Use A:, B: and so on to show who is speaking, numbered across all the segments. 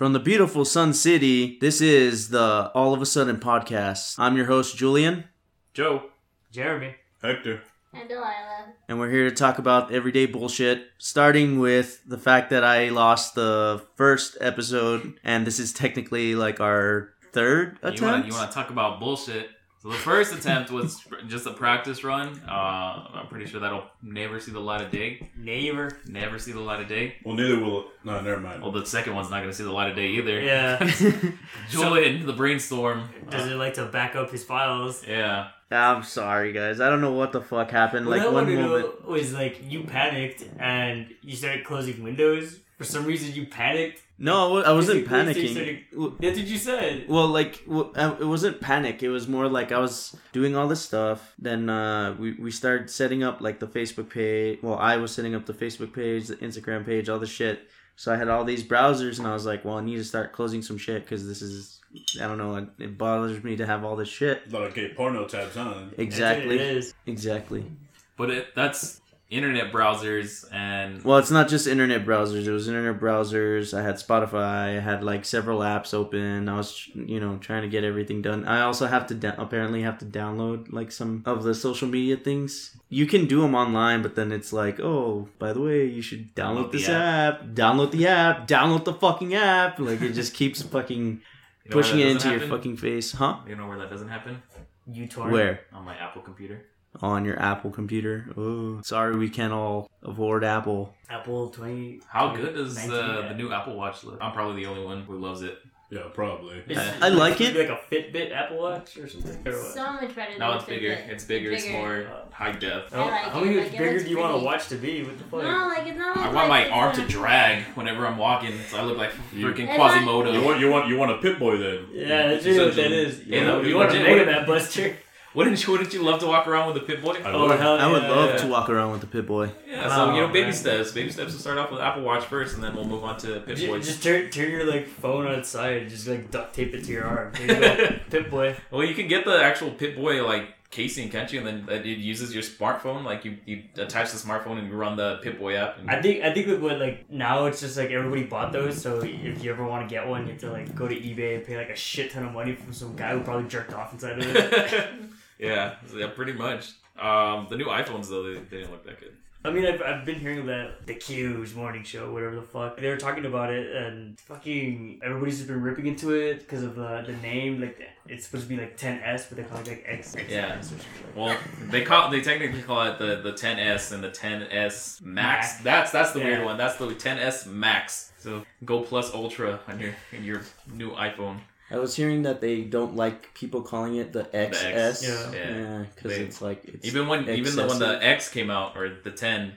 A: From the beautiful Sun City, this is the All of a Sudden podcast. I'm your host, Julian,
B: Joe, Jeremy,
C: Hector.
D: And Delilah.
A: and we're here to talk about everyday bullshit, starting with the fact that I lost the first episode, and this is technically like our third
B: you want
A: attempt.
B: you want to talk about bullshit? So the first attempt was just a practice run. Uh, I'm pretty sure that'll never see the light of day.
E: neighbor.
B: Never see the light of day.
C: Well, neither will. No, never mind.
B: Well, the second one's not going to see the light of day either.
E: Yeah.
B: Julian, the brainstorm.
E: Does
B: Uh,
E: he like to back up his files?
B: yeah.
A: I'm sorry, guys. I don't know what the fuck happened. Like
E: what I
A: one
E: wanted to
A: moment.
E: know was like you panicked and you started closing windows. For some reason, you panicked.
A: No, I wasn't
E: Basically, so
A: panicking. W-
E: That's what you said.
A: Well, like w- uh, it wasn't panic. It was more like I was doing all this stuff. Then uh, we we started setting up like the Facebook page. Well, I was setting up the Facebook page, the Instagram page, all this shit. So I had all these browsers, and I was like, well, I need to start closing some shit because this is I don't know. It, it bothers me to have all this shit.
C: A lot of gay porno tabs on.
E: That's what it
A: Exactly.
E: is.
A: Exactly.
B: But it, that's internet browsers and
A: Well, it's not just internet browsers. It was internet browsers. I had Spotify. I had like several apps open. I was, you know, trying to get everything done. I also have to da- apparently have to download like some of the social media things. You can do them online, but then it's like, oh, by the way, you should download,
B: Download the
A: this app. Download the app. Download the fucking app. Like it just keeps fucking
B: you know where
A: pushing
B: that
A: it into
B: doesn't
A: your
B: happen?
A: fucking face, huh?
B: You know where that doesn't happen
E: You torn.
A: Where
B: on my Apple computer.
A: on your Apple computer? Oh, sorry, we can't all afford Apple.
E: Apple twenty.
B: How good does
E: 19,
B: uh,
E: yeah.
B: the new Apple Watch look? I'm probably the only one who loves it.
C: Yeah, probably.
E: It's-
A: I like
E: it's
A: it.
E: Like a Fitbit Apple Watch or something. Or what?
D: So much better than
B: Now it's
D: Fitbit.
B: bigger. It's bigger. It's more
E: Um,
B: high def.
E: How-
D: like
E: how
D: it,
E: much
D: like, it
E: bigger
D: looks
E: do you want a
D: pretty.
E: watch to be? What the fuck?
D: No, like it's not.
B: I
D: like
B: want my
D: it's
B: arm
D: not-
B: to drag whenever I'm walking, so I look like
C: You-
B: freaking
D: And
C: You
B: Quasimodo.
C: want you want you want a pit boy then?
E: Yeah, that's really what that
B: Essentially. Yeah,
E: is. You
B: that
E: know,
B: would be
E: you want a
B: legit.
E: mega man buster.
B: Wouldn't you? Wouldn't you love to walk around with a pit boy?
C: I
E: Oh
C: would.
E: hell
A: I would
E: yeah.
A: love to walk around with the pit boy.
B: Yeah. So you know,
E: Oh,
B: baby
E: man.
B: steps. Baby steps. We'll start off with Apple Watch first, and then we'll move on to pit
E: Ju-
B: boys.
E: Just turn turn your like phone outside. Just like duct tape it to your arm. Here you go, Pip Boy.
B: well, you can get the actual pit boy like casing, can't you? And then that it uses your smartphone. Like you, you attach the smartphone and you run the pit boy app. And,
E: I think I think like what like now it's just like everybody bought those. So if you ever want to get one, you have to like go to eBay and pay like a shit ton of money from some guy who probably jerked off inside of it.
B: yeah. Yeah. Pretty much. Um, the new iPhones though, they, they didn't look that good.
E: I mean, I've, I've been hearing about the Q's morning show, whatever the fuck. They were talking about it, and fucking everybody's just been ripping into it because of the the name. Like it's supposed to be like 10s, but they call it like X.
B: Yeah.
E: XS or something.
B: Well, they call they technically call it the, the 10s and the 10s Max.
E: Max.
B: That's that's the weird
E: Yeah.
B: one. That's the 10s Max. So Go Plus Ultra on your in your new iPhone.
A: I was hearing that they don't like people calling it the
B: X,
A: XS.
E: yeah.
A: yeah, because
B: They-
A: it's like it's
B: Even when even the, when
A: excessive.
B: the X came out or the 10,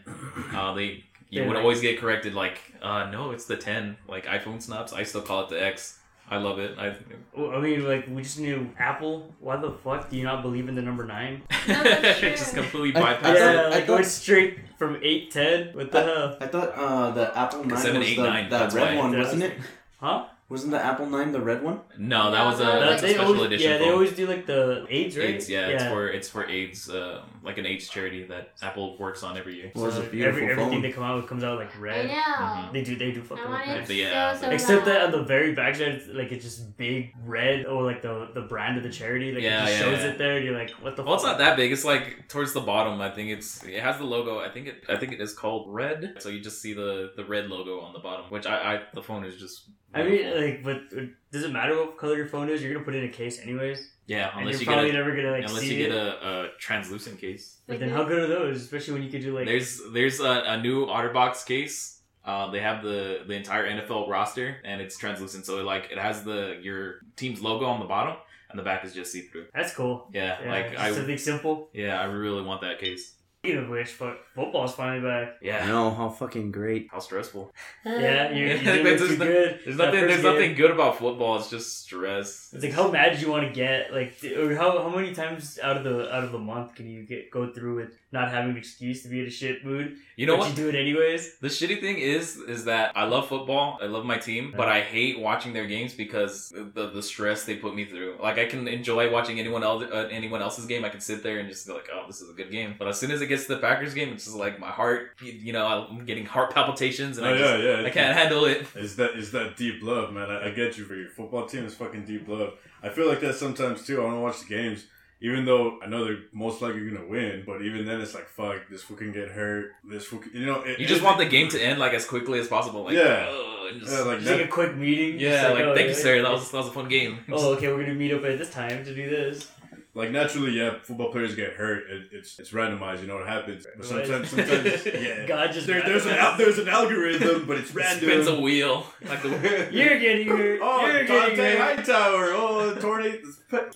B: uh, they you
E: They
B: would
E: like-
B: always get corrected like uh, no, it's the 10. Like iPhone snobs, I still call it the X. I love it. I
E: Well, I mean, like we just knew Apple. Why the fuck do you not believe in the number nine?
D: that's true.
B: just completely
A: I-
B: bypassed
A: I
B: it.
A: thought-
E: like
A: thought-
E: went straight from eight ten. What the hell?
A: I thought uh, the Apple Nine
B: Seven,
A: was
B: eight,
A: the,
B: nine,
A: that
B: that's
A: red
B: why.
A: one,
E: That
A: wasn't
E: was-
A: it?
E: Huh?
A: Wasn't the Apple Nine the red one?
B: No, that was a
D: Uh,
B: that's a
E: they
B: special
E: always,
B: edition.
E: Yeah, they
B: phone.
E: always do like the AIDS, right?
B: AIDS, yeah, it's for it's for AIDS, uh, like an AIDS charity that Apple works on every year.
A: Well, it's a
E: So
A: beautiful
E: every, everything
A: phone.
E: they come out with comes out like
D: I
E: red.
D: know.
E: They do. They do
D: I
E: fucking
D: want
E: look
D: it
E: red.
B: They, uh,
D: so so
E: Except that
D: bad.
E: on the very backside, it's like it's just big red, or like the the brand of the charity. Like
B: Yeah,
E: it just
B: yeah,
E: shows
B: yeah.
E: it there, and you're like, what the?
B: Well, it's not
E: fuck?
B: that big. It's like towards the bottom. I think it's it has the logo. I think it I think it is called red. So you just see the the red logo on the bottom, which I, I the phone is just.
E: I
B: beautiful.
E: mean, like, but uh, does it matter what color your phone is? You're gonna put it in a case anyways,
B: yeah,
E: and
B: unless
E: you're
B: you get
E: probably
B: a,
E: never gonna like
B: unless
E: see
B: you get
E: it.
B: a, a translucent case.
E: But then how good are those? Especially when you could do like
B: There's there's a, a new OtterBox case. Uh, they have the the entire NFL roster, and it's translucent. So like it has the your team's logo on the bottom, and the back is just see through.
E: that's cool.
B: Yeah,
E: Yeah,
B: like
E: just
B: I
E: something simple.
B: yeah I really want that case.
E: Speaking of which, fuck, football's finally back.
A: I
B: Yeah,
A: know how fucking great.
B: how stressful.
D: Uh,
E: Yeah, you you
B: Like,
E: didn't
B: there's
E: look too
B: no-
E: good.
B: There's
E: That
B: nothing.
E: first
B: There's
E: game.
B: nothing good about football. It's just stress.
E: It's like how mad do you want to get? Like, d- or how, how many times out of the out of the month can you get go through with not having an excuse to be in a shit mood?
B: You know
E: but
B: what?
E: You do it anyways.
B: The shitty thing is, is that I love football. I love my team, but I hate watching their games because the the stress they put me through. Like I can enjoy watching anyone else uh, anyone else's game. I can sit there and just be like, oh, this is a good game. But as soon as it gets to the Packers game, it's just like my heart, you know, I'm getting heart palpitations, and
C: oh,
B: I just,
C: yeah, yeah.
B: I can't handle it.
C: It's that it's that deep love, man. I, I get you for your football team is fucking deep love. I feel like that sometimes too. I want to watch the games, even though I know they're most likely gonna win. But even then, it's like fuck, this fool can get hurt. This fool, can- you know. It,
B: You just want the game to end like as quickly as possible. Like,
C: Yeah.
B: "Ugh," and just-
C: Yeah, like
E: Just like
C: that.
E: a quick meeting. just
B: yeah, like
E: oh,
B: thank you,
E: yeah.
B: sir. That was that was a fun game.
E: Oh, okay. We're gonna meet up at this time to do this.
C: Like naturally, yeah, football players get hurt. It, it's it's randomized. You know it happens. But
E: Right.
C: sometimes, sometimes, yeah.
E: God just
C: There, there's an al- there's an algorithm, but it's random.
B: spins a wheel like the
E: You're getting hurt.
C: Oh,
E: You're getting
C: Dante
E: hurt.
C: Hightower. Oh, tornado,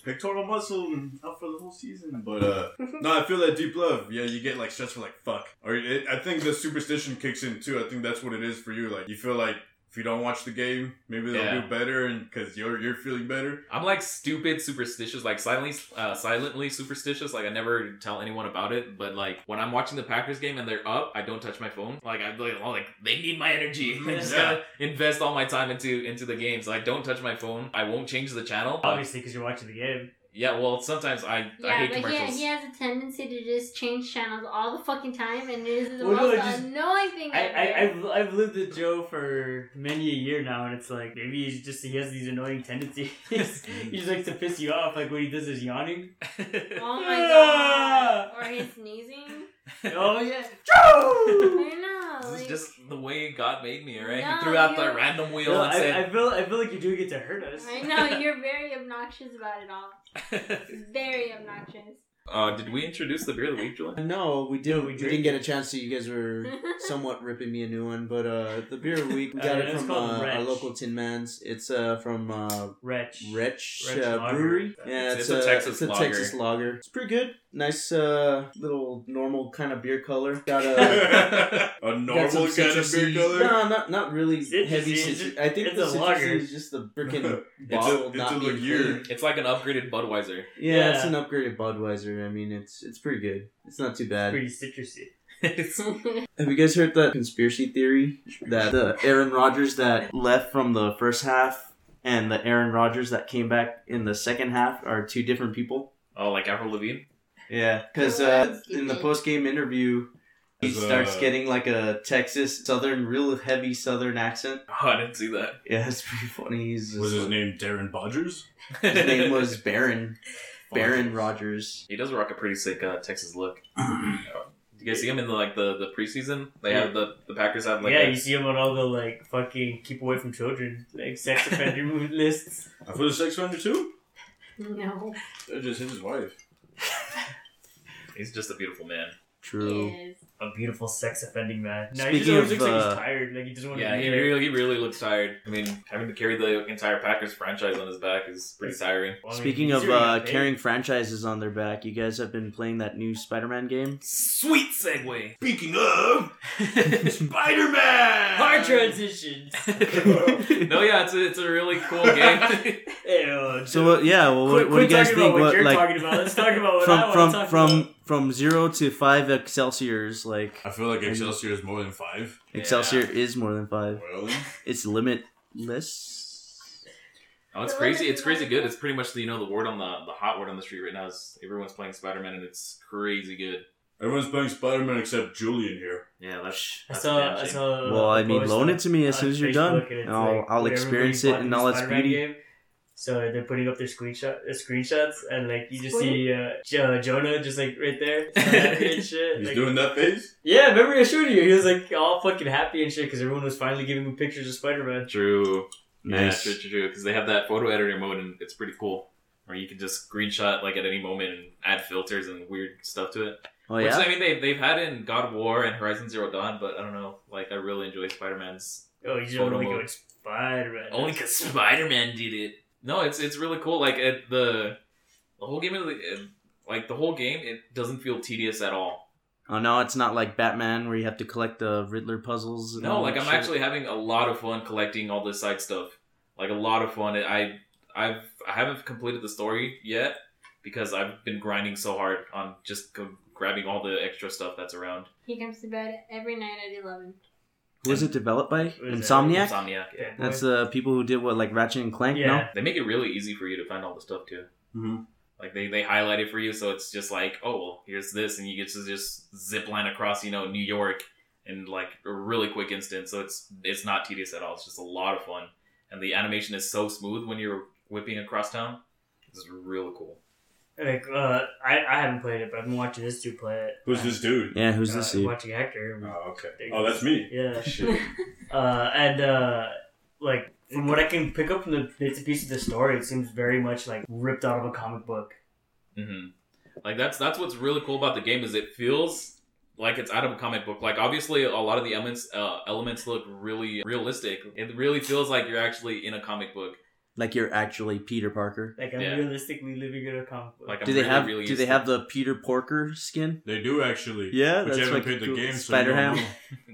C: pectoral muscle, and out for the whole season. But uh, no, I feel that deep love. Yeah, you get like stressed for like fuck. Or it, I think the superstition kicks in too. I think that's what it is for you. Like you feel like if you don't watch the game, maybe they'll
B: Yeah.
C: do better, and because you're you're feeling better.
B: I'm like stupid superstitious, like silently, uh, silently superstitious. Like I never tell anyone about it, but like when I'm watching the Packers game and they're up, I don't touch my phone. Like I'm like, oh, like they need my energy. I just gotta invest all my time into into the game, so I don't touch my phone. I won't change the channel. Uh,
E: Obviously, because you're watching the game.
B: yeah, well, sometimes I I
D: Yeah,
B: hate
D: but he,
B: commercials.
D: he has a tendency to just change channels all the fucking time, and it is the
E: Well, no,
D: most
E: I just-
D: annoying thing
E: I,
D: ever.
E: I, I've, I've lived with Joe for many a year now, and it's like maybe he's just he has these annoying tendencies. he just likes to piss you off, like when he does his yawning.
D: oh my god! Or he's sneezing.
E: oh yeah, Joe.
D: I know.
B: This
D: Like,
B: is just the way God made me, alright?
D: No,
B: he threw out
D: you-
B: that random wheel
E: No,
B: and
E: I,
B: said,
E: I feel I feel like you're doing it to hurt us.
D: I know you're very obnoxious about it all. Very obnoxious.
B: uh, Did we introduce the beer of the week, Julian?
A: No, we
E: No,
A: didn't.
E: we
A: we,
E: drank
A: didn't get a chance to. You guys were somewhat ripping me a new one, but uh, the beer of the week we got
E: Uh,
A: it
E: it's
A: from
E: called
A: uh, our
E: Wretch.
A: local Tin Man's. It's uh from uh,
E: Wretch.
A: Wretch,
E: Wretch
A: uh,
E: Lager.
A: Brewery. Yeah,
B: It's-
A: it's,
B: it's a
A: uh,
B: Texas
A: it's a
B: lager.
A: Texas lager. It's pretty good. Nice uh, little normal kind of beer color. Got a. Got
C: a
A: some
C: normal kind of
A: citrusy-
C: beer color.
A: No, not not really
E: Citrusy,
A: heavy
E: it's
A: citrus.
E: just-
A: I think
E: it's
A: the
E: a lager.
A: citrus is just the freaking
C: It's a-
A: bottle
C: it's
A: not
C: a
A: being
C: lager.
A: clean.
B: It's like an upgraded Budweiser.
A: Yeah, it's
E: Yeah.
A: an upgraded Budweiser. I mean, it's it's pretty good. It's not too bad.
E: Pretty citrusy.
A: Have you guys heard that conspiracy theory that the Aaron Rodgers that left from the first half and the Aaron Rodgers that came back in the second half are two different people?
B: Oh, like Avril Lavigne?
A: Yeah, because uh, in the post game interview, he
C: As, uh,
A: starts getting like a Texas Southern, real heavy Southern accent.
B: Oh, I didn't see that.
A: Yeah, it's pretty funny. He's
C: Was his name Darren Bodgers?
A: his name was Baron Baron Rodgers.
B: He does rock a pretty sick uh, Texas look. Did you guys see him in the like the, the preseason? They have the, the Packers have like
E: yeah,
B: a-
E: you see him on all the like fucking keep away from children, like sex offender move lists.
C: I feel the sex offender too.
D: no.
C: That just hit his wife.
B: he's just a beautiful man.
A: True.
D: Yes.
E: A beautiful sex offending man. No, he just
A: Speaking
E: always
A: of,
E: looks like
A: uh,
E: he's tired. Like he doesn't want
B: Yeah,
E: to be
B: he
E: there.
B: really he really looks tired. I mean, having to carry the entire Packers franchise on his back is pretty tiring.
E: Well, I mean,
A: Speaking
E: he's
A: of
E: already
A: uh,
E: got paid.
A: carrying franchises on their back, you guys have been playing that new Spider-Man game.
B: Sweet segue.
C: Speaking of Spider Man,
E: hard transitions.
B: no, yeah, it's a, it's a really cool game.
E: Ew,
A: So uh, yeah, well, what, what do you guys think?
E: What,
A: What,
E: you're
A: like
E: talking about? Let's talk about what I
A: from
E: want to
A: from
E: talk
A: from
E: about.
A: from zero to five Excelsiors? Like
C: I feel like Excelsior is more than five.
A: Excelsior is more than five.
C: Really?
A: It's limitless.
B: Oh, it's
D: The
B: crazy.
D: women
B: It's crazy
D: like-
B: good. It's pretty much, you know, the word on the, the hot word on the street right now is everyone's playing Spider Man and it's crazy good.
C: Everyone's playing Spider Man except Julian here.
B: Yeah, that's.
E: I
B: that's
E: saw,
B: damn
E: I
B: shame.
E: saw. a
A: Well, I mean,
E: post
A: loan
E: on-
A: it to me as
E: on
A: soon as you're
E: Facebook,
A: done,
E: and it's
A: and I'll
E: like,
A: I'll
E: everybody's
A: experience it
E: bought
A: in
E: the
A: all its
E: Spider-Man
A: beauty.
E: game. So they're putting up their screenshot, uh, screenshots, and like you just see uh, Jo- uh, Jonah just like right there, so happy and shit.
C: He's
E: Like,
C: doing that face?
E: yeah, remember I showed you? He was like all fucking happy and shit because everyone was finally giving him pictures of Spider Man.
B: True.
A: Nice.
B: Yeah, true, true, Because they have that photo editor mode and it's pretty cool. Where you can just screenshot like at any moment and add filters and weird stuff to it.
A: Oh
B: Which
A: yeah.
B: I mean, they they've had it in God of War and Horizon Zero Dawn, but I don't know. Like I really enjoy Spider Man's
E: Oh, he's
B: Photo
E: only
B: mode.
E: going Spider Man.
B: Only because Spider Man did it. No, it's it's really cool. Like it, the the whole game, of the, uh, like the whole game, it doesn't feel tedious at all.
A: Oh no, it's not like Batman where you have to collect the Riddler puzzles. and
B: No,
A: all
B: like
A: that
B: I'm
A: shit.
B: actually having a lot of fun collecting all this side stuff. Like a lot of fun. I I've I haven't completed the story yet because I've been grinding so hard on just go, grabbing all the extra stuff that's around.
D: He comes to bed every night at 11.
A: Who was it developed by?
E: it?
A: Insomniac. uh,
B: Insomniac. Yeah.
E: Yeah.
A: That's the people who did what, like Ratchet and Clank.
E: Yeah.
B: They make it really easy for you to find all the stuff too.
C: Mm-hmm.
B: Like they, they highlight it for you, so it's just like, oh well, here's this, and you get to just zip line across, you know, New York in like a really quick instant. So it's it's not tedious at all. It's just a lot of fun, and the animation is so smooth when you're whipping across town. It's real cool.
E: Like uh, I, I haven't played it, but I've been watching this dude play it.
C: Who's this dude?
A: Yeah, who's
E: Uh,
A: this dude?
E: Watching Hector.
C: Oh, okay. Oh, that's me.
E: Yeah. Uh, and uh, like from what I can pick up from the bits and pieces of the story, it seems very much like ripped out of a comic book.
B: hmm Like that's that's what's really cool about the game is it feels like it's out of a comic book. Like obviously a lot of the elements uh, elements look really realistic. It really feels like you're actually in a comic book.
A: Like you're actually Peter Parker.
E: Like I'm
B: Yeah.
E: realistically living in a comic book.
B: Like I'm
A: do they
B: really,
A: have
B: really
A: do
B: used
A: they
B: to-
A: have the Peter Porker skin?
C: They do actually.
A: Yeah,
C: But you
A: fucking
C: haven't played the
A: cool.
C: game, so you
A: Spider
C: don't
A: Ham.
C: know.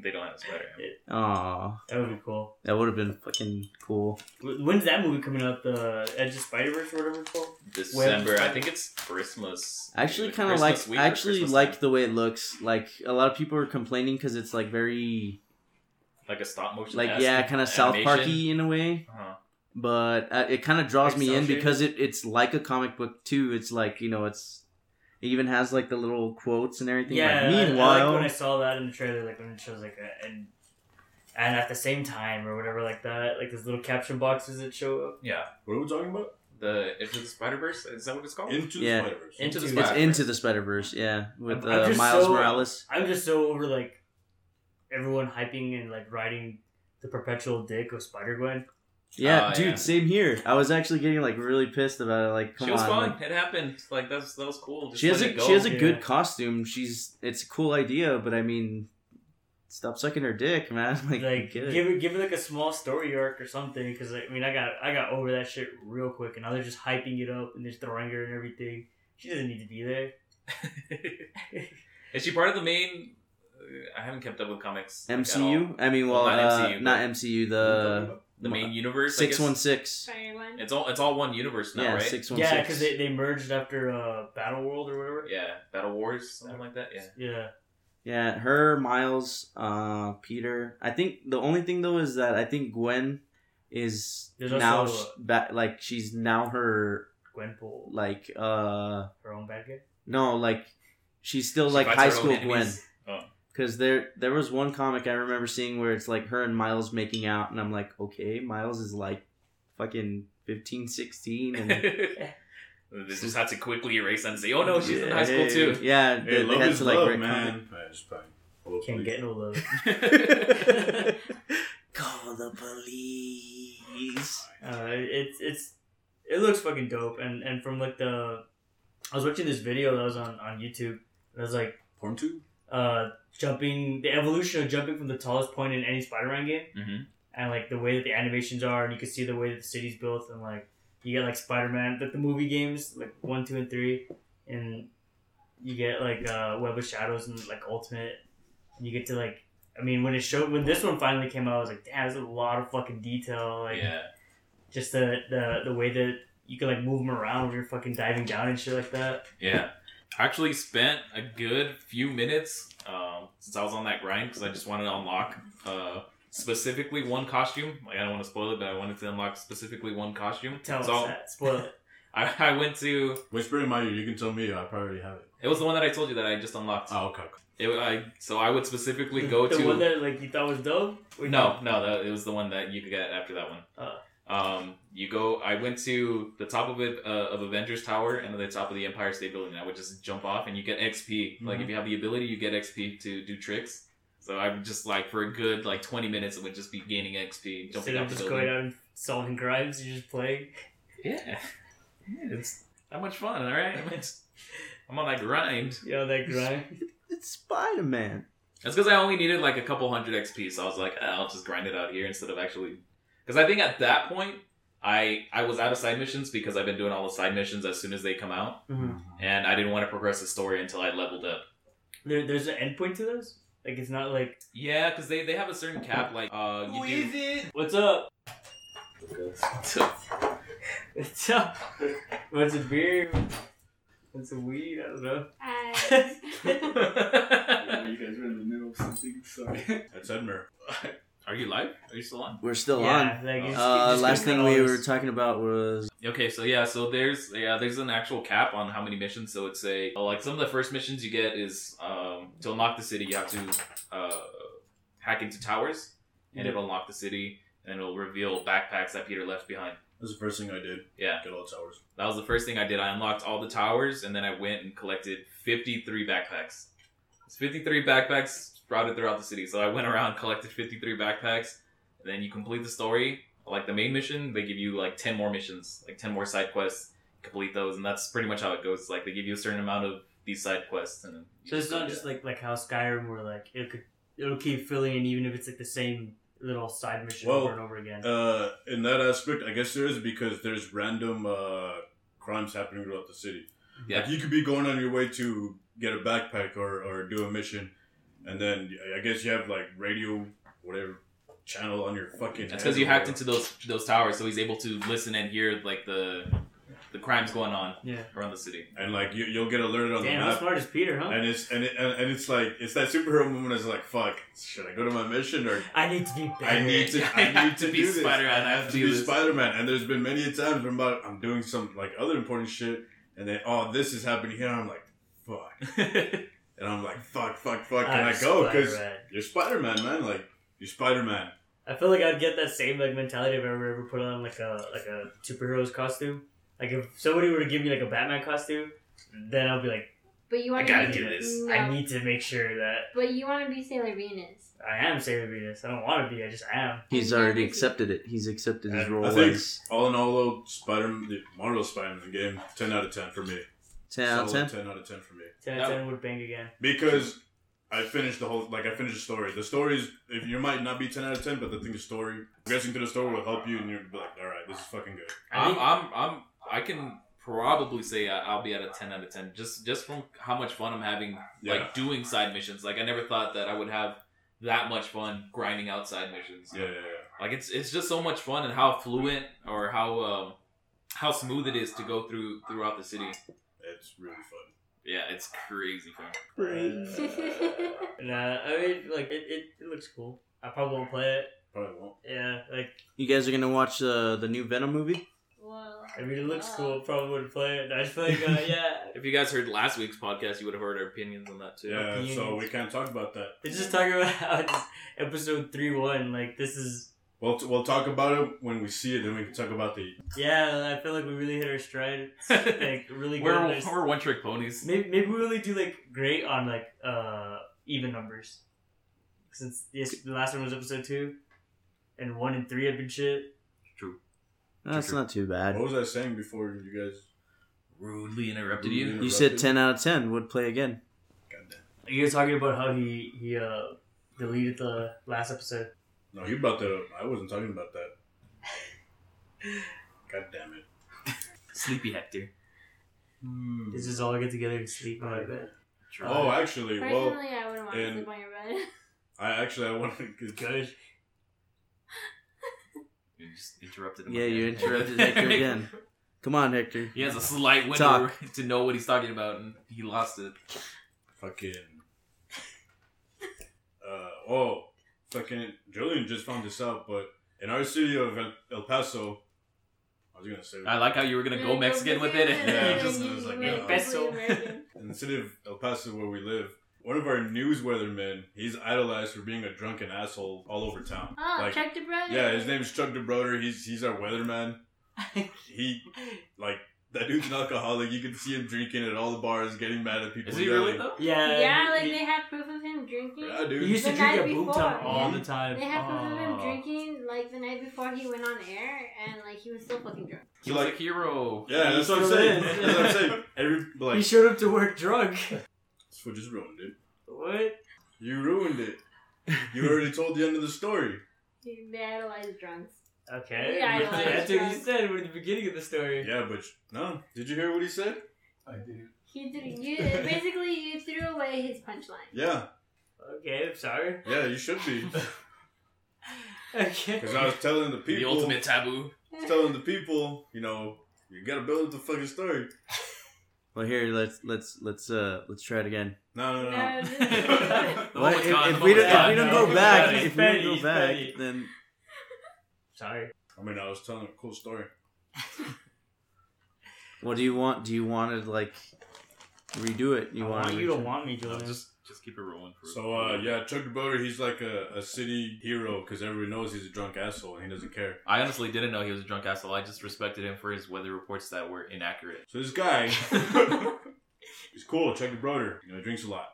B: they don't have a spider.
A: Aw,
E: that would be cool.
A: that would have been fucking cool.
E: Wh- When's that movie coming out? The Edge of Spider Verse, or whatever it's called.
B: December.
E: Well-
B: I think it's Christmas.
A: I actually
B: Like
A: kind of
B: Christmas
A: like.
B: week
A: I
B: or
A: actually
B: Christmas
A: like
B: time.
A: the way it looks. Like a lot of people are complaining because it's like very
B: like a stop motion.
A: like yeah, kind of South Parky in a way.
B: Uh-huh.
A: But uh, it kind of draws
B: Like
A: me in
B: cel-shaded?
A: because it, it's like a comic book too. It's like you know, it's it even has like the little quotes and everything.
E: Yeah.
A: Like,
E: I- I,
A: meanwhile,
E: like when I saw that in the trailer, like when it shows like a, and and at the same time or whatever like that, like those little caption boxes that show up.
B: Yeah,
C: What are we talking about?
B: the Into the Spider Verse. Is that what it's called?
C: Into
A: Yeah.
C: the Spider-Verse.
E: Into the
A: it's
E: Spider-Verse.
A: into the Spider Verse. Yeah, with
E: I'm- I'm
A: uh,
E: just
A: Miles
E: so-
A: Morales.
E: I'm just so over like everyone hyping and like riding the perpetual dick of Spider Gwen.
A: Yeah,
B: Oh,
A: dude,
B: yeah.
A: same here. I was actually getting like really pissed about it. Like, come
B: she was
A: on,
B: fun.
A: like,
B: it happened. Like that's that was cool. Just
A: she has
B: let
A: a
B: it go.
A: she has a
E: Yeah.
A: good costume. She's it's a cool idea, but I mean, stop sucking her dick, man. Like,
E: Like
A: get it.
E: give it, give it like a small story arc or something. Because I mean, I got I got over that shit real quick, and now they're just hyping it up and just throwing her and everything. She doesn't need to be there.
B: Is she part of the main? uh, I haven't kept up with comics. like, at all.
A: MCU. I mean, well,
B: Well, not
A: uh,
B: MCU,
A: not
B: but-
A: MCU. The
B: the main universe. I
A: six
B: guess?
A: one six.
D: Spider-Man.
B: It's all it's all one universe now,
A: Yeah,
B: right?
A: six one six.
E: Yeah, because they, they merged after uh, Battle World or whatever.
B: Yeah, Battle Wars, something like that. Yeah.
E: Yeah.
A: Yeah, her, Miles, uh, Peter. I think the only thing though is that I think Gwen is
E: There's
A: now
E: also-
A: sh- ba- like she's now her
E: Gwenpool,
A: like uh
E: her own bad guy.
A: No, like she's still
B: She
A: like
B: fights
A: high
B: her own
A: school Gwen.
B: enemies. Oh.
A: Because there there was one comic I remember seeing where it's like her and Miles making out, and I'm like, okay, Miles is like fucking 15, 16, and
B: they just had to quickly erase and say, "Oh no, she's in high school
A: Yeah,
B: too."
A: Yeah,
C: Hey, love is love, man. I just playing. Hello,
B: Oh,
C: please.
E: Can't get no love.
A: recommend- Call the police.
E: Uh, it's it's it looks fucking dope and and from like the I was watching this video that was on on YouTube and I was like
C: Porn tube?
E: uh jumping the evolution of jumping from the tallest point in any Spider-Man game
B: Mhm.
E: and like the way that the animations are and you can see the way that the city's built and like you get like Spider-Man but the movie games like one two and three and you get like uh Web of Shadows and like Ultimate and you get to like I mean when it showed when this one finally came out I was like damn there's a lot of fucking detail like
B: Yeah,
E: just the the, the way that you can like move them around when you're fucking diving down and shit like that.
B: yeah. I actually spent a good few minutes um, since I was on that grind because I just wanted to unlock uh, specifically one costume. Like, I don't want to spoil it, but I wanted to unlock specifically one costume.
E: Tell
B: so
E: us that. Spoil it.
B: I, I went to.
C: Whisper in my ear. You can tell me. I probably already have it.
B: It was the one that I told you that I just unlocked.
C: Oh, okay.
B: It, I, so I would specifically go
E: the
B: to
E: one that like you thought was dope. Or
B: No, no, that, it was the one that you could get after that one.
E: Oh.
B: Um, you go. I went to the top of it uh, of Avengers Tower and then the top of the Empire State Building. I would just jump off, and you get XP. Like if you have the ability, you get XP to do tricks. So I'm just like for a good like 20 minutes, it would just be gaining XP,
E: Instead
B: jumping
E: of
B: off the
E: just
B: building.
E: going out and solving crimes, you just play.
B: Yeah, yeah, it's that much fun. All right, I'm, I'm on that grind.
E: You know that grind.
A: It's Spider Man.
B: That's because I only needed like a couple hundred XP, so I was like, "Ah, I'll just grind it out here instead of actually. Because I think at that point, I I was out of side missions because I've been doing all the side missions as soon as they come out, and I didn't want to progress the story until I leveled up.
E: There, there's an endpoint to those. Like it's not like
B: Yeah, because they they have a certain cap, like uh, you do.
E: it? What's up? What's up? What's a beer? What's a weed? I don't know.
D: Uh,
C: That's Edmer.
B: Are you live? Are you still on?
A: We're still
E: yeah, like
B: Oh.
E: you
A: on.
E: just- you
A: Uh, last
E: just gotta cut
A: thing
E: all
A: we
E: this-
A: were talking about was
B: Okay, so yeah, so there's yeah, there's an actual cap on how many missions. So it's a like some of the first missions you get is um, to unlock the city, you have to uh, hack into towers, and it'll unlock the city, and it'll reveal backpacks that Peter left behind.
C: That's the first thing I did.
B: Yeah.
C: Get all the towers.
B: That was the first thing I did. I unlocked all the towers, and then I went and collected 53 backpacks. It's 53 backpacks sprouted throughout the city. So I went around, collected 53 backpacks, and then you complete the story. Like the main mission, they give you like 10 more missions, like 10 more side quests. Complete those, and that's pretty much how it goes. It's like they give you a certain amount of these side quests, and then you
E: So it's
B: go
E: not
B: do
E: just
B: that.
E: like like how Skyrim, where like it could it'll keep filling in even if it's like the same little side mission
C: Well,
E: over and over again.
C: Uh, in that aspect, I guess there is because there's random uh, crimes happening throughout the city.
B: Yeah.
C: Like you could be going on your way to get a backpack or, or do a mission, and then I guess you have like radio, whatever channel on your fucking.
B: that's
C: head
B: because you
C: or
B: hacked
C: whatever.
B: into those those towers, so he's able to listen and hear like the the crimes going on
E: yeah.
B: around the city.
C: And like you, you'll get alerted on
E: Damn,
C: the
E: how
C: map.
E: smart is Peter, huh?
C: And it's and, it, and and it's like it's that superhero moment. It's like fuck, should I go to my mission or
E: I need to be better.
C: I need to.
B: I
C: I
B: have
C: need
B: to
C: to
B: be
C: do this.
B: Spider-Man.
C: I have to be Spider Man. And there's been many a times when I'm, about, I'm doing some like other important shit, and then oh, this is happening here. I'm like, fuck, and I'm like, fuck, fuck, fuck. Can
E: I'm
C: I go? Because
E: Spider-Man.
C: you're Spider Man, man. Like you're Spider Man.
E: I feel like I'd get that same like mentality if I were to ever put on like a like a superhero's costume. Like if somebody were to give me like a Batman costume, then I'll be like,
D: But you
B: I
D: want
B: gotta
D: to
B: do
D: be,
B: this.
D: No,
E: I need to make sure that
D: but you want to be Sailor Venus.
E: I am Sailor Venus. I don't want to be. I just am.
A: he's already accepted it. He's accepted his
C: I-
A: role
C: I think-
A: as
C: All in all, though, Spider the Marvel Spider Man game, ten out of ten for me.
A: ten out of
C: Solid
A: ten.
C: ten out of ten for me.
E: Ten
B: No.
E: out of ten would bang again.
C: because I finished the whole like I finished the story. The story is if you might not be ten out of ten, but the thing is story. Progressing through the story will help you, and you'll be like, all right, this is fucking good.
E: I
B: I'm,
E: think-
B: I'm, I'm, I can probably say I- I'll be at a 10 out of 10 just, just from how much fun I'm having,
C: Yeah,
B: like doing side missions. Like I never thought that I would have that much fun grinding out side missions.
C: yeah, yeah,
B: Like it's, it's just so much fun and how fluent or how, um, how smooth it is to go through throughout the city.
C: yeah. It's really fun.
B: Yeah, it's crazy fun.
E: Nah, I mean like it, it, it looks cool. I probably won't play it.
C: Probably won't.
E: Yeah, like
A: You guys are gonna watch uh, the the new Venom movie?
D: Well, uh,
E: I mean it looks cool. Probably wouldn't play it. I just feel like uh, yeah.
B: If you guys heard last week's podcast, you would have heard our opinions on that too.
C: Yeah,
E: Opinions.
C: so we can't talk about that.
E: It's just talking about how it's episode three one. Like this is
C: We'll we'll talk about it when we see it. Then we can talk about the.
E: yeah. I feel like we really hit our stride. Like really good.
B: we're,
E: There's-
B: we're one trick ponies.
E: Maybe, maybe we only do like great on like uh even numbers, since yes, the last one was episode two, and one and three have been shit.
B: True.
A: That's
B: Sure.
A: not too
C: What
A: bad.
C: was I saying before you guys?
B: Rudely interrupted
C: Rudely
B: you.
C: interrupted.
A: You said ten out of ten would play again.
C: Goddamn.
E: You're talking about how he he uh deleted the last episode.
C: No, you brought that up. I wasn't talking about that. God damn it.
B: Sleepy Hector.
C: Hmm.
E: This is all get together and sleep on my bed.
B: True.
C: Oh, actually, well,
D: personally, I wouldn't want to
C: and-
D: sleep on your bed.
C: I actually I wanted to.
E: Good.
B: You just interrupted him.
A: Yeah, you
B: again.
A: interrupted Hector again. Come on, Hector.
B: He has a slight window to know what he's talking about, and he lost it.
C: Fucking. Uh, oh, fucking. Julian just found this out, but in our city of El- El Paso, I was gonna say,
B: I like how you were gonna go Mexican with it, and then
C: Yeah.
B: you just "Oh."
C: I was like,
D: went
C: no.
D: completely American.
C: in the city of El Paso where we live, one of our news weathermen, he's idolized for being a drunken asshole all over town.
D: Oh,
C: like,
D: Chuck DeBruyne.
C: yeah, his name's Chuck DeBroder. He's he's our weatherman. He like that dude's an alcoholic. You can see him drinking at all the bars, getting mad at people.
B: is he
C: yelling.
B: really though?
E: Yeah.
D: Yeah,
E: he-
D: like
E: he-
D: they had proof of him drinking.
C: Yeah,
E: he
C: dude.
E: used to
D: The
E: drink
D: night
E: at boom
D: before.
E: town all the time.
D: They had proof of him
B: Oh.
D: drinking like the night before he went on air, and like he was still fucking drunk.
B: He was a hero.
C: Yeah, that's what I'm
E: Still
C: saying.
E: is.
C: That's what I'm saying. Every
E: he
C: like,
E: showed up to work drunk.
C: that's what just ruined it.
E: what?
C: You ruined it. You already told the end of the story.
D: He- They idolized drunks.
E: Okay.
D: Yeah, I
E: That's
D: like
E: what you
D: drunk.
E: said. We're at the beginning of the story.
C: Yeah, but no. Did you hear what he said?
F: I did.
D: He did. You basically you threw away his punchline.
C: Yeah,
E: Okay. I'm sorry.
C: yeah. You should be,
E: Okay.
C: because I was telling the
B: The
C: people,
B: ultimate taboo.
C: telling the people, you know, you gotta build up the fucking story.
A: Well, here let's let's let's uh let's try it again.
C: No, no,
D: No,
C: no.
D: just-
E: Oh
B: The
A: Well,
B: moment's
A: if,
B: gone,
A: if
B: the
A: we don't if
B: moment's
A: we
E: gone.
A: don't go
E: No,
A: back,
E: he's
A: if we don't
E: petty,
A: go
E: he's
A: back,
E: petty.
A: then
E: Sorry.
C: I mean, I was telling a cool story.
A: what do you want? Do you want to like redo it? You
E: I want you to
A: reach-
E: want me,
B: No,
E: Julian.
B: just just keep it rolling. For
C: So, uh, yeah, Chuck the Boater, he's like a, a city hero because everyone knows he's a drunk asshole and he doesn't care.
B: I honestly didn't know he was a drunk asshole. I just respected him for his weather reports that were inaccurate.
C: So this guy, he's cool. Chuck the Boater, you know, he drinks a lot.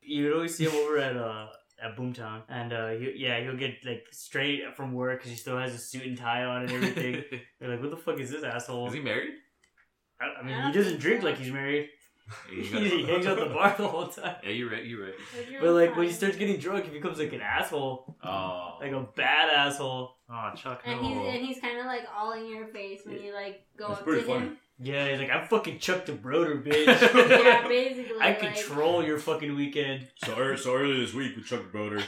E: you would always see him over at uh at Boomtown, and uh he, yeah, he'll get like straight from work because he still has his suit and tie on and everything.
B: Is
E: They're like, "What the fuck is this asshole?"
B: he married?
E: I, I mean, he doesn't drink like he's married. he hangs out the bar the whole time.
B: Yeah, you're right. You're right.
D: Would you
E: But like when
D: reply?
E: he starts getting drunk, he becomes like an asshole,
B: Oh,
E: like a bad asshole. Oh, Chuck,
D: And he's
E: no.
D: and he's kind of like all in your face when you like go
C: That's
D: up to
C: pretty
D: him.
E: Yeah, he's like, "I'm fucking Chuck the Broder, bitch.
B: funny.
D: yeah, basically.
E: I
D: like,
E: control your fucking weekend."
C: So, ear- so earlier this week with Chuck the Boater,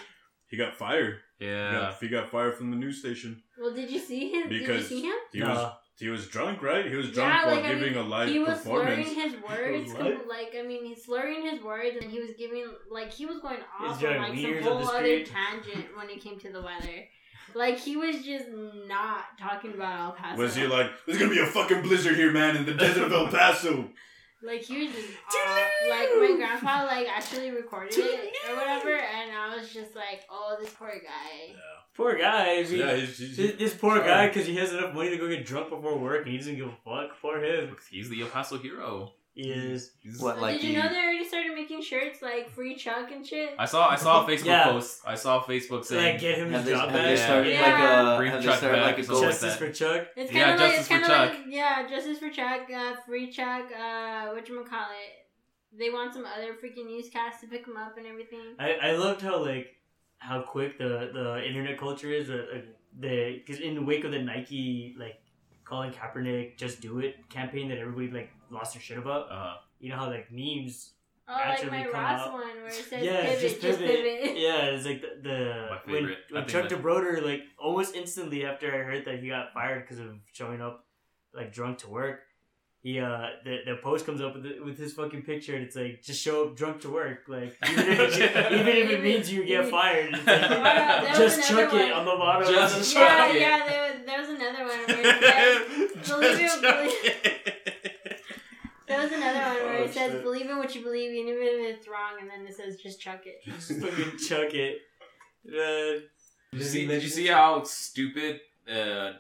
C: he got fired. He,
B: Yeah.
C: got, he got fired from the news station.
D: Well, did you see him?
C: Because
D: did you see him?
C: He
E: Nah.
C: was he was drunk, right? He was drunk
D: Yeah,
C: while
D: like, I mean,
C: giving a live
D: he was slurring
C: performance.
D: his words,
E: What?
D: com- like I mean, he's slurring his words, and he was giving like he was going off
E: doing
D: on like some
E: wieners on the
D: whole other
E: street.
D: tangent when it came to the weather. Like he was just not talking about El Paso.
C: Was he like, "There's gonna be a fucking blizzard here, man, in the desert of El Paso"?
D: Like he was just off. like my grandpa like actually recorded it or whatever, and I was just like, oh, this poor guy.
E: Poor guy. I mean,
C: Yeah, he's, he's,
E: This, this poor
C: Sorry.
E: guy, because he has enough money to go get drunk before work, and he doesn't give a fuck. For him,
B: He's the El Paso hero.
E: he
C: Mm.
E: is.
B: He's-
A: What like
D: Did you know
A: the-
D: they already started making shirts like free Chuck and shit?
B: I saw. I saw a Facebook
E: Yeah.
B: post. I saw Facebook
E: So
B: saying.
E: like, get him
A: have
E: his
A: they,
E: job
A: have
E: back.
A: they started
E: Yeah.
A: like a
B: Bring
A: have they
B: Chuck
A: started like
B: back
A: a goal
B: or something.
A: with
E: Justice
A: that?
E: for Chuck.
D: It's
B: Yeah,
D: kind of like
B: Justice
D: it's
B: for
D: kind of
B: Chuck.
D: like yeah, justice for Chuck, uh, free Chuck, uh, what you call it? They want some other freaking newscast to pick him up and everything.
E: I, I loved how like how quick the the internet culture is. Uh, uh, the because in the wake of the Nike like calling Kaepernick "Just Do It" campaign that everybody like lost their shit about.
B: Uh,
E: You know how like memes.
D: Oh, like
E: Actually
D: my
E: come
D: Ross
E: out.
D: one where it says
E: Yeah,
D: pivot,
E: just
D: just pivot.
E: pivot. Yeah, it's like
B: My
E: the, the when,
B: favorite. I
E: when
B: think
E: Chuck
B: that-
E: DeBroder like almost instantly after I heard that he got fired because of showing up like drunk to work. He uh the, the post comes up with, the, with his fucking picture and it's like just show up drunk to work like even if it, even if it means you get fired it's like,
D: Wow, there was
E: just
D: another
E: chuck it
D: one.
E: on the bottom
B: Just chuck
D: Yeah,
B: it.
D: yeah, there, was- there was another one where it said, Believe it, there was another one where
C: Oh,
D: it says
C: shit.
D: believe in what you believe, even if it's wrong, and then it says just chuck it.
E: just fucking chuck it. Uh,
B: Did you see? Did you see how stupid uh,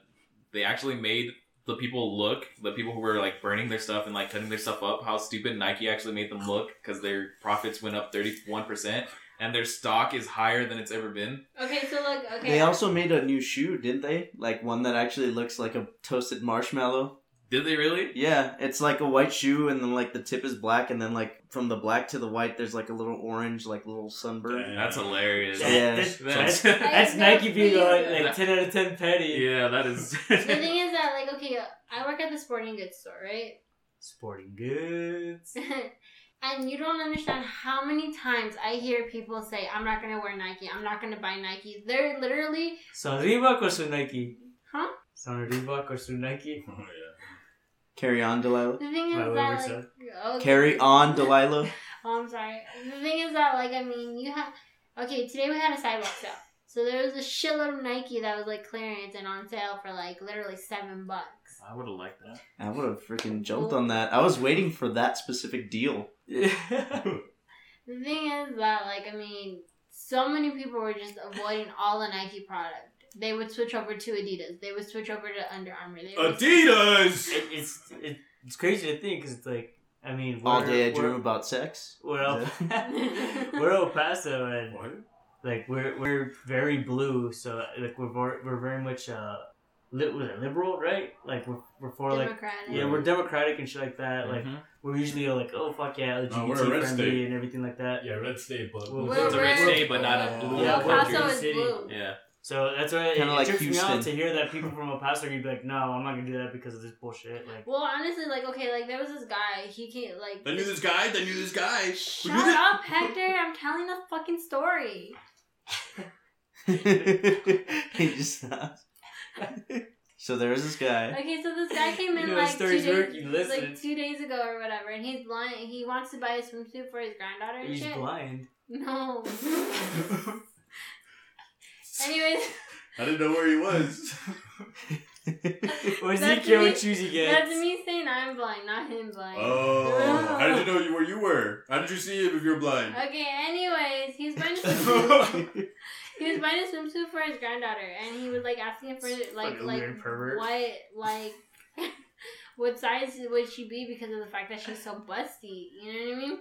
B: they actually made the people look? The people who were like burning their stuff and like cutting their stuff up. How stupid Nike actually made them look because their profits went up thirty one percent and their stock is higher than it's ever been.
D: Okay, so look, okay,
A: They also made a new shoe, didn't they? Like one that actually looks like a toasted marshmallow.
B: Did they really?
A: Yeah, it's like a white shoe, and then like the tip is black, and then like from the black to the white, there's like a little orange, like little sunburn.
C: Damn.
B: That's hilarious.
A: Yeah.
E: that's,
B: That's-
E: that's, that's Nike being like,
B: Yeah.
E: like ten out of ten petty.
B: Yeah, that is.
D: the thing is that like okay, I work at the sporting goods store, right?
E: Sporting goods.
D: and you don't understand how many times I hear people say, I'm not gonna wear Nike, I'm not gonna buy Nike. They're literally,
E: Son Reebok or Sun Nike?
D: huh?
E: Son Reebok or Sun Nike?
C: Oh, yeah.
A: Carry on, Delilah.
D: The thing is
E: Wait, wait,
D: that,
E: wait,
D: like, okay.
A: Carry on, Delilah.
D: Oh, I'm sorry. The thing is that, like, I mean, you have, okay, today we had a sidewalk sale. So there was a shitload of Nike that was like clearance and on sale for like literally seven bucks.
B: I would have liked that.
A: I would have freaking jumped on that. I was waiting for that specific deal.
D: The thing is that, like, I mean, so many people were just avoiding all the Nike product. They would switch over to Adidas. They would switch over to Under Armour. They would-
C: Adidas.
E: It, it's it, it's crazy to think because it's like I mean
A: All
E: we're-
A: day I dream
E: we're-
A: about sex.
E: We're El, we're El Paso and
C: What?
E: like we're we're very blue, so like we're ver- we're very much uh li- was it liberal, right? Like we're, we're for like
D: Democratic.
E: yeah we're democratic and shit like that.
A: Mm-hmm.
E: Like
B: Mhm.
E: we're usually like oh fuck yeah LGBT
C: No, we're a red
E: friendly
C: state.
E: and everything like that.
F: Yeah, red state, but
E: Well,
D: We're
B: It's a red
D: red.
B: state, but not a blue
E: Yeah,
D: El
E: we're
D: Paso
B: country.
D: is
E: city.
D: blue.
B: Yeah.
E: So that's why it,
A: Kinda like
E: it trips me
A: Houston.
E: out to hear that people from El Paso are gonna be like, no, I'm not gonna do that because of this bullshit. Like
D: Well, honestly, like okay, like there was this guy. He can't like.
C: They knew this guy. They knew this guy.
D: Shut up, Hector! I'm telling a fucking story.
A: he just stops. So there was this guy.
D: Okay, so this guy came in
E: You know,
D: like two
E: stories work,
D: days,
E: you listen.
D: like two days ago or whatever, and he's blind. He wants to buy a swimsuit for his granddaughter and
E: He's
D: shit.
E: blind.
D: No. Anyways,
C: I didn't know where he was.
E: Where's he
D: That's
E: care
D: me-
E: what shoes he gets?
D: that's me saying I'm blind, not him blind.
C: Oh, how did you know you, where you were? How did you see him if you're blind?
D: Okay. Anyways, he's buying a swimsuit.
C: Fucking
D: he was buying a swimsuit for his granddaughter, and he was like asking him for like
E: Fucking
D: like
E: weird pervert.
D: what like what size would she be because of the fact that she's so busty. You know what I mean?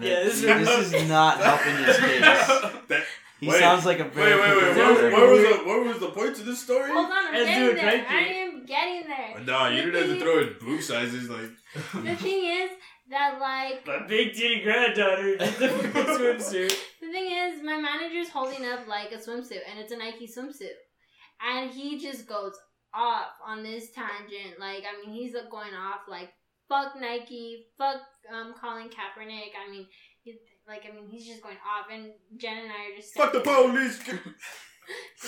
E: Yeah, this is-
A: this is not helping his case.
C: That-
A: He
C: Wait.
A: sounds like a
C: wait, wait,
A: very
C: wait.
A: perfect
C: What, what
E: Wait,
A: example.
C: was the, what was the point to this story?
D: Hold on, I'm
E: Let's
D: getting
E: do it
D: there.
E: right
D: I
E: here.
D: am getting there.
C: No, you didn't have to throw in boob sizes. Like,
D: The thing is that like
E: My big titty granddaughter needs a fucking swimsuit.
D: The thing is, my manager's holding up like a swimsuit, and it's a Nike swimsuit, and he just goes off on this tangent. Like, I mean, he's like, going off like fuck Nike, fuck um Colin Kaepernick. I mean, he, like, I mean, he's just going off, and Jen and I are just
C: fuck the
D: standing-
C: police.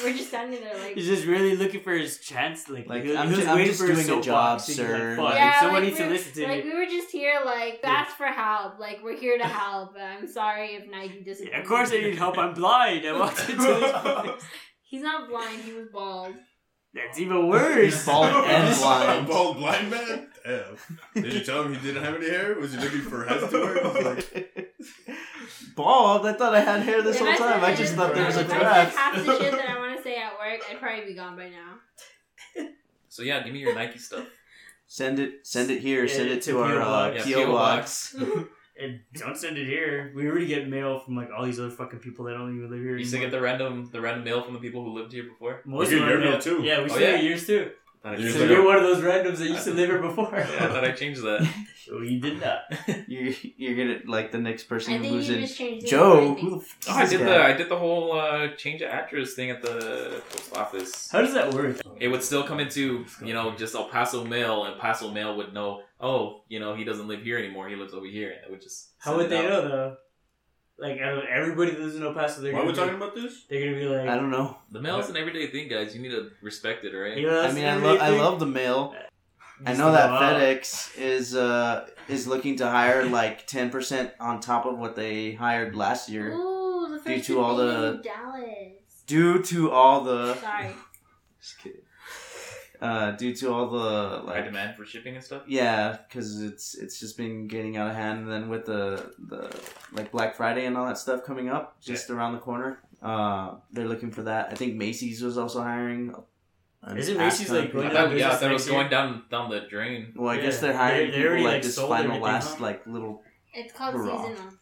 D: We're just standing there like.
E: He's just really looking for his chance. Like,
A: Like,
E: he was-
A: I'm
E: he was
A: ju- I'm
E: waiting
A: just
E: for
A: doing a
E: soapbox,
A: job,
E: and he's
A: sir.
E: Like, fuck,
D: Yeah,
E: someone
D: like,
E: needs to
D: we're-
E: listen to
D: Like
E: me.
D: we were just here, like ask for help. Like we're here to help. I'm sorry if Nike disagrees.
E: Yeah, of course I need help. I'm blind. I walked into this place.
D: He's not blind. He was bald.
E: That's even worse.
A: Bald and blind.
C: Bald blind man? Damn. Did you tell him he didn't have any hair? Was he looking for heads to wear? He's like,
A: Bald? I thought I had hair this
D: If
A: whole
D: said
A: time. I
D: it-
A: just thought there was a
D: if I said
A: draft.
D: half the shit that I want to say at work, I'd probably be gone by now.
B: So yeah, give me your Nike stuff.
A: Send it, send it here.
E: Yeah,
A: send it
E: it's
A: to
E: a
A: our
E: PO
A: uh,
E: box.
B: Yeah,
A: PO
B: PO
A: box.
E: And don't send it here. We already get mail from like all these other fucking people that don't even live here.
B: You still
E: anymore.
B: get the random the random mail from the people who lived here before.
E: Most
C: You get
E: of our
C: your mail
E: mail-
C: too.
E: Yeah, we
B: Oh,
E: still
B: yeah?
E: get yours too.
B: Not
C: Years
E: So
B: exactly.
C: ago.
E: you're one of those randoms that used to live here before.
B: Yeah, I thought I changed that.
E: So you did not.
A: You're, you're gonna like the next
D: I
A: person
D: think
A: who's
D: you
A: in.
D: just changed the
A: Joe,
D: word, I think.
A: who the
B: Oh,
A: fuck
B: I
A: is
B: did
A: that?
B: the I did the whole uh, change of actress thing at the post office.
E: How does that work?
B: It would still come into you know just El Paso mail. El Paso mail would know. Oh, you know he doesn't live here anymore. He lives over here, and it would just.
E: How
B: send
E: would
B: it
E: they
B: out.
E: know though? Like I don't, everybody that lives in El Paso. They're
C: Why are
E: gonna
C: we
E: be,
C: talking about this?
E: They're gonna be like,
A: I don't know.
B: The mail is an everyday thing, guys. You need to respect it, all right?
E: You know,
A: I
E: that's
A: mean, I,
E: the
A: lo- I
E: thing.
A: love the mail. I
E: Just
A: know
E: to
A: that
E: go out.
A: FedEx is uh is looking to hire like ten percent on top of what they hired last year
D: Ooh, the
A: Due
D: first
A: to all
D: thing
A: the-
D: in Dallas.
A: due to all the
D: Sorry.
A: Just kidding. Uh, due to all the
B: High
A: like,
B: demand for shipping and stuff.
A: yeah, because it's it's just been getting out of hand, and then with the the like Black Friday and all that stuff coming up just around the corner, uh, they're looking for that. I think Macy's was also hiring. an
E: Isn't
A: ass
E: Macy's,
A: ton of
E: like,
A: people.
B: I
E: going
B: thought, yeah, I
E: business
B: thought it was
E: next year.
B: going down down the drain.
A: Well, I
E: Yeah.
A: guess they're
E: They-
A: hiring
E: they
A: people
E: already,
A: like
E: like,
A: this
E: sold
A: final
E: everything,
A: last
E: huh?
A: like little
D: It's called
A: Hurrah.
D: seasonal.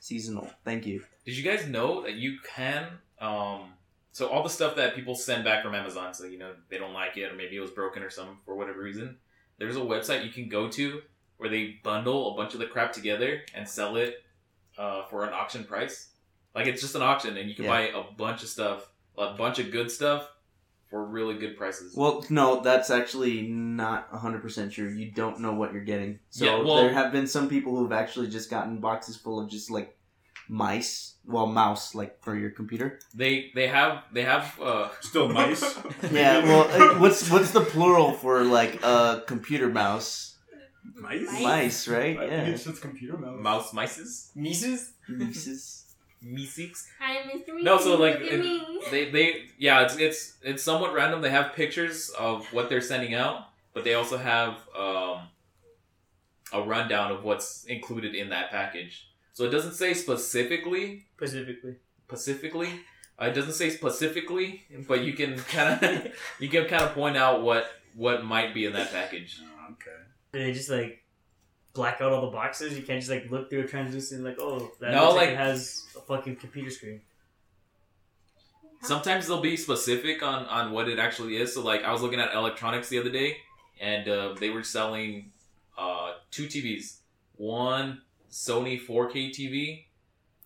A: seasonal. Thank you.
B: Did you guys know that you can? Um, so all the stuff that people send back from Amazon, so you know they don't like it, or maybe it was broken or something for whatever reason. There's a website you can go to where they bundle a bunch of the crap together and sell it uh, for an auction price. Like it's just an auction, and you can
A: Yeah.
B: buy a bunch of stuff, a bunch of good stuff, for really good prices.
A: Well, no, that's actually not 100% true. You don't know what you're getting. So
B: Yeah, well-
A: there have been some people who've actually just gotten boxes full of just like mice, well, mouse, like for your computer.
B: they they have they have uh,
C: Still mice.
A: Yeah, well, uh, what's what's the plural for like a computer mouse?
D: Mice?
A: Mice, right?
F: I think
A: Yeah.
F: it's just computer
B: mouse
F: mouse.
B: mices
E: Mises.
A: Mices.
B: meeseeks.
D: Hi, Mr. Me.
B: No, so, like,
D: Look
B: it-
D: at me.
B: they they yeah it's it's it's somewhat random they have pictures of what they're sending out but they also have um a rundown of what's included in that package so it doesn't say specifically
E: Specifically.
B: specifically uh, it doesn't say specifically but you can kind of you can kind of point out what what might be in that package
C: okay.
E: Do they just like black out all the boxes? You can't just like look through a translucent like, oh, that
B: No,
E: looks
B: like-
E: it has a fucking computer screen.
B: sometimes they'll be specific on on what it actually is so like i was looking at electronics the other day and uh, they were selling uh, two tvs one sony 4k tv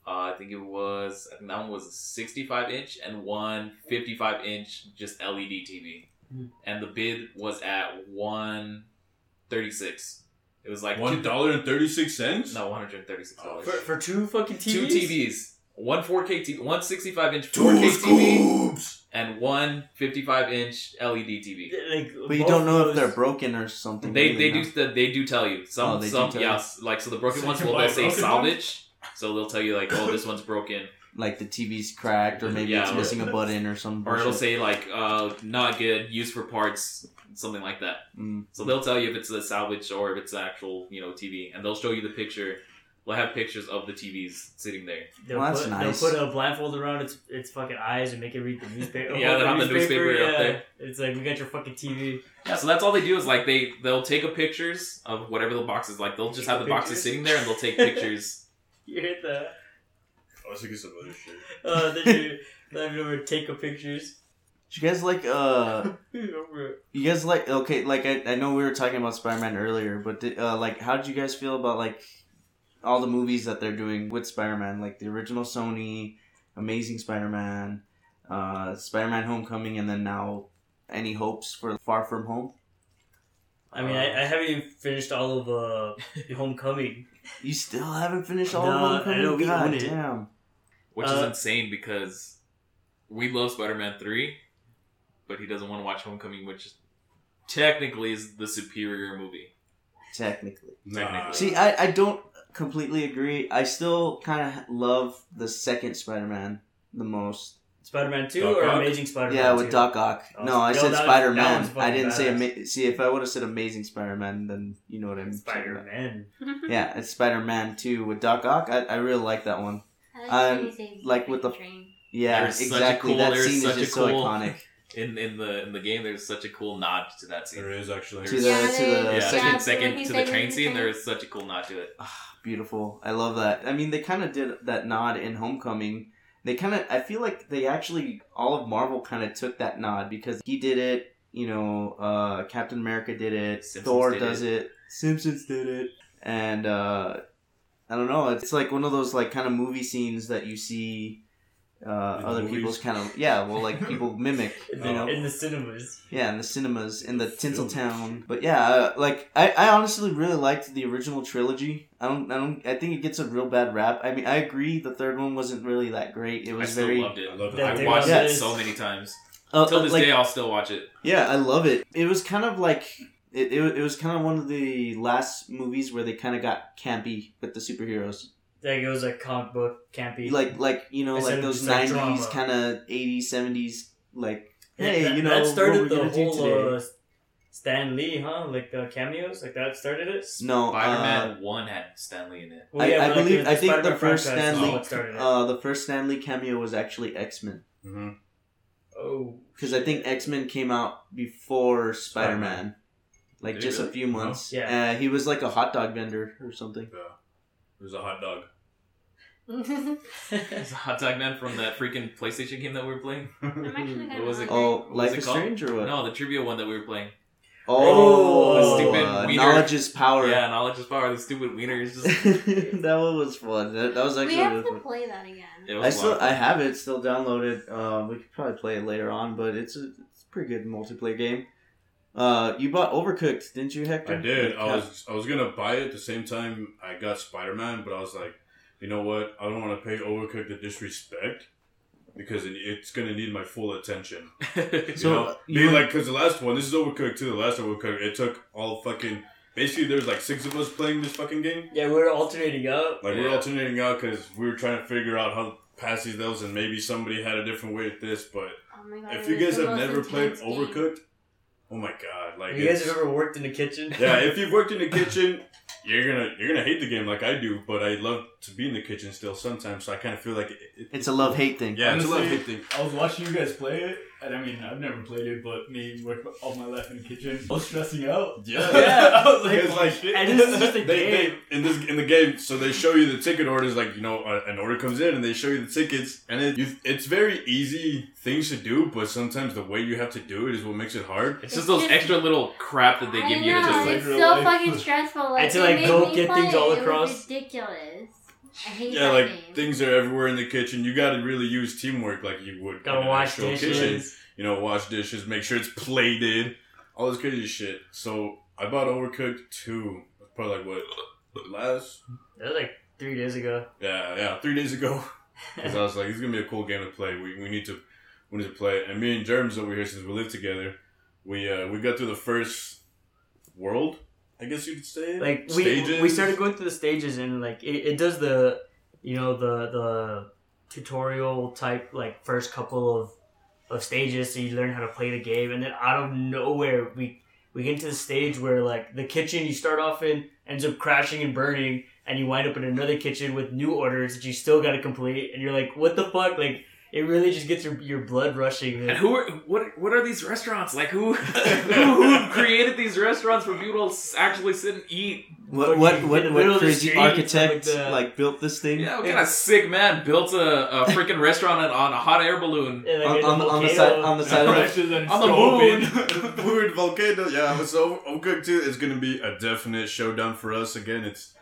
B: uh, i think it was i think that one was a 65 inch and one 55 inch just E led tv
E: Hmm.
B: and the bid was at 136 it was like
C: One
B: two-
C: dollar and thirty six cents.
B: no 136
C: Oh,
B: dollars
E: For, for two fucking TVs?
B: two tvs one 4K TV, one 65 inch
C: Two
B: 4K TV,
C: scoops.
B: and one 55 inch E LED TV.
E: Like,
A: But you don't know if they're broken or something.
B: They
A: either,
B: they
A: no?
B: do th- they do tell you some
A: Oh, they do
B: some
A: tell you.
B: yes like so the broken
E: So
B: ones
E: you
B: will
E: buy
B: they'll say
E: broken
B: salvage, so they'll tell you like oh this one's broken
A: like the TV's cracked or maybe
B: Yeah,
A: it's
B: or-
A: missing a button or something.
B: or it'll say like uh not good used for parts something like that.
A: Mm.
B: So they'll tell you if it's a salvage or if it's an actual, you know, TV, and they'll show you the picture. They'll have pictures of the TVs sitting there.
E: They'll,
A: Well, that's
E: put,
A: nice.
E: they'll put a blindfold around its its fucking eyes and make it read the newspaper.
B: Yeah, they'll have the newspaper up there.
E: It's like we got your fucking TV.
B: Yeah, so that's all they do is like they they'll take a pictures of whatever the box is like. They'll just have the boxes
E: Pictures.
B: sitting there and they'll take pictures.
E: You hit the
C: I
F: Oh,
C: was thinking some other shit.
E: uh the dude laughing over take a pictures.
A: Did you guys like uh
E: Over-
A: you guys like okay like I, I know we were talking about Spider-Man earlier, but did, uh like how did you guys feel about like all the movies that they're doing with Spider-Man like the original Sony, Amazing Spider-Man, uh Spider-Man Homecoming and then now any hopes for Far From Home?
E: I mean, I, I haven't even finished all of uh, Homecoming.
A: You still haven't finished all
E: Nah, I
A: of Homecoming?
E: know we
A: God
E: own it.
A: damn.
B: Which is
E: Uh,
B: insane because we love Spider Man three, but he doesn't want to watch Homecoming, which technically is the superior movie.
A: Technically.
C: Nah.
E: Uh,
A: See, I, I don't completely agree. I still kind of love the second Spider Man the most.
E: Spider Man Two
C: Doc
E: or
C: Ock?
E: Amazing Spider Man?
A: yeah, with Doc Ock.
E: Oh,
A: no, I
E: no,
A: said
E: that-
A: Spider
E: that one's
A: Man. I
E: fucking
A: didn't say
E: badass.
A: ama- see if I would have said Amazing Spider Man, then you know what I mean.
E: Spider Man.
A: Yeah, it's Spider Man too with Doc Ock. I, I really like that one. Um, like with the-
D: train.
A: Yeah,
B: There's such a
A: exactly.
B: cool-
A: that
B: there's
A: scene is
B: such a
A: just so
B: cool-
A: iconic.
B: In in the in the game, there's such a cool nod to that
C: There
B: scene.
C: is actually.
A: To the- to the
B: Yeah,
A: second-
B: second,
D: when
B: second
D: he's
B: to the
D: taking
B: train scene, there is such a cool nod to it.
A: Ah, beautiful. I love that. I mean, they kind of did that nod in Homecoming. They kind of, I feel like they actually, all of Marvel kind of took that nod because he did it, you know, uh, Captain America did it,
B: Simpsons
A: Thor
B: did
A: does it. Simpsons did it. And, uh, I don't know, it's like one of those, like, kind of movie scenes that you see. Uh,
C: In the
A: other
C: movies?
A: people's kind of yeah, well, like people mimic,
E: In
A: you
E: the,
A: know,
E: in the cinemas.
A: yeah, in the cinemas, in the
C: Films.
A: Tinseltown. But yeah, uh, like I, I honestly really liked the original trilogy. I don't, I don't, I think it gets a real bad rap. I mean, I agree the third one wasn't really that great. It
B: I
A: was
B: still
A: very,
B: loved it.
C: I love it.
E: That
B: I
E: they
B: watched
A: love
B: it
E: it.
B: so many times.
A: uh,
B: Till this
A: like,
B: day, I'll still watch it.
A: yeah, I love it. It was kind of like it, it, it was kind of one of the last movies where they kind of got campy with the superheroes.
E: Like it was like comic book campy.
A: Like, like you know,
E: Instead
A: like
E: of
A: those
E: just, like,
A: nineties
E: drama.
A: kind of eighties, seventies, like.
E: That-
A: Hey,
E: that,
A: you know
E: that started
A: what we're
E: the
A: gonna do today.
E: whole uh, Stan Lee, huh? Like the cameos, like that started it.
A: no,
B: Spider
A: uh,
B: Man One had Stanley in it.
E: Well,
A: I-
E: yeah,
A: I
E: but, like,
A: believe-
E: the-
A: I think the
E: Spider-Man
A: first
E: franchise
A: Stan
E: is
A: Lee-
E: what started it.
A: Uh, the first Stanley cameo was actually X Men
F: Mm-hmm.
C: Mhm.
E: oh,
A: because I think X Men came out before Spider Man, like
B: Did it
A: just a
B: really?
A: few months.
E: Yeah.
A: uh, he was like a hot dog vendor or something.
C: Yeah. There's a hot dog.
B: It's a hot dog man from that freaking PlayStation game that we were playing.
D: I'm actually gonna
B: What was it
D: watch
A: Oh,
B: What was
A: Life
B: it
A: is
B: called?
A: Strange or what?
B: No, the trivia one that we were playing.
A: Oh,
E: Oh,
B: stupid
A: uh,
B: wiener.
A: knowledge is power.
B: Yeah, knowledge is power. The stupid wiener is just. It
A: that one was fun. That, that was
D: We
A: actually
D: have
A: really
D: to
A: fun.
D: play that
A: I
B: was
D: again.
B: a lot
A: still
B: of
A: I
B: fun.
A: have it still downloaded. Uh, we could probably play it later on, but it's a, it's a pretty good multiplayer game. Uh, you bought Overcooked, didn't you, Hector?
C: I did. I
A: Yeah.
C: was I was gonna buy it the same time I got Spider Man, but I was like, you know what? I don't want to pay Overcooked the disrespect because it, it's gonna need my full attention. You
A: So,
C: know,
A: you
C: Be
A: want-
C: like because the last one, this is Overcooked too. The last Overcooked, it took all fucking. Basically, there was like six of us playing this fucking game.
E: yeah, we were alternating up.
C: Like we we're
B: Yeah.
C: alternating out because we were trying to figure out how to pass these levels, and maybe somebody had a different way at this. But
D: Oh my god.
C: if
D: it
C: you
D: was
C: guys
D: the
C: have
D: most
C: never played
D: intense game.
C: Overcooked, oh my god! Like
E: you guys
C: it's-
E: have ever worked in the kitchen?
C: yeah, if you've worked in the kitchen, you're gonna you're gonna hate the game like I do. But I love to be in the kitchen still sometimes, so I kind of feel like it, it-
A: It's a love hate thing.
C: yeah, it's a love
F: Honestly-
C: hate thing.
F: I was watching you guys play it, and I mean, I've never played it, but me work all my life in the kitchen. I was stressing out.
E: Yeah.
F: I was like,
C: Because,
F: oh,
C: like,
F: shit.
E: and this is just a
C: They,
E: game.
C: they, in this in the game, so they show you the ticket orders. Like you know, a- an order comes in, and they show you the tickets, and it, you, it's very easy things to do, but sometimes the way you have to do it is what makes it hard.
B: It's just those extra little crap that they
D: I
B: give you to
D: know,
B: just
F: like,
D: it's
F: real
D: so
F: life.
D: fucking stressful. Like,
E: And to,
D: they
E: like,
D: made
E: go
D: me
E: get
D: play
E: things
D: it.
E: all
D: It was
E: across.
D: ridiculous. I hate
C: Yeah,
D: that
C: like
D: game.
C: things are everywhere in the kitchen. You got to really use teamwork, like you would in
E: Gotta
C: an
E: wash
C: actual
E: dishes.
C: kitchen. you know, wash dishes, make sure it's plated, all this crazy shit. So I bought Overcooked two, probably like what last,
E: That was like three days ago.
C: yeah, yeah, three days ago. because I was like, it's gonna be a cool game to play. We, we need to we need to play it. And me and Germs over here, since we live together, we uh, we got through the first world. I guess you could say
E: like we we started going through the stages and like it, it does the you know the the tutorial type like first couple of of stages so you learn how to play the game and then out of nowhere we we get to the stage where like the kitchen you start off in ends up crashing and burning and you wind up in another kitchen with new orders that you still got to complete and you're like what the fuck like it really just gets your, your blood rushing
B: And who are what? What are these restaurants like? Who who, who created these restaurants for people to s- actually sit and eat?
A: What what
E: Fucking in the
A: what,
E: middle
A: what
E: of the
A: crazy
E: street,
A: architect
E: like
A: like,
E: the-
A: built this thing
B: Yeah, what kind of sick man built a, a freaking restaurant on, on a hot air balloon?
E: And, like,
A: on,
E: it's a
A: on, the- on the
E: volcano.
A: side on the side of the,
B: On the
C: Fluid volcano. Yeah, so Oakcook too is gonna be a definite showdown for us again. It's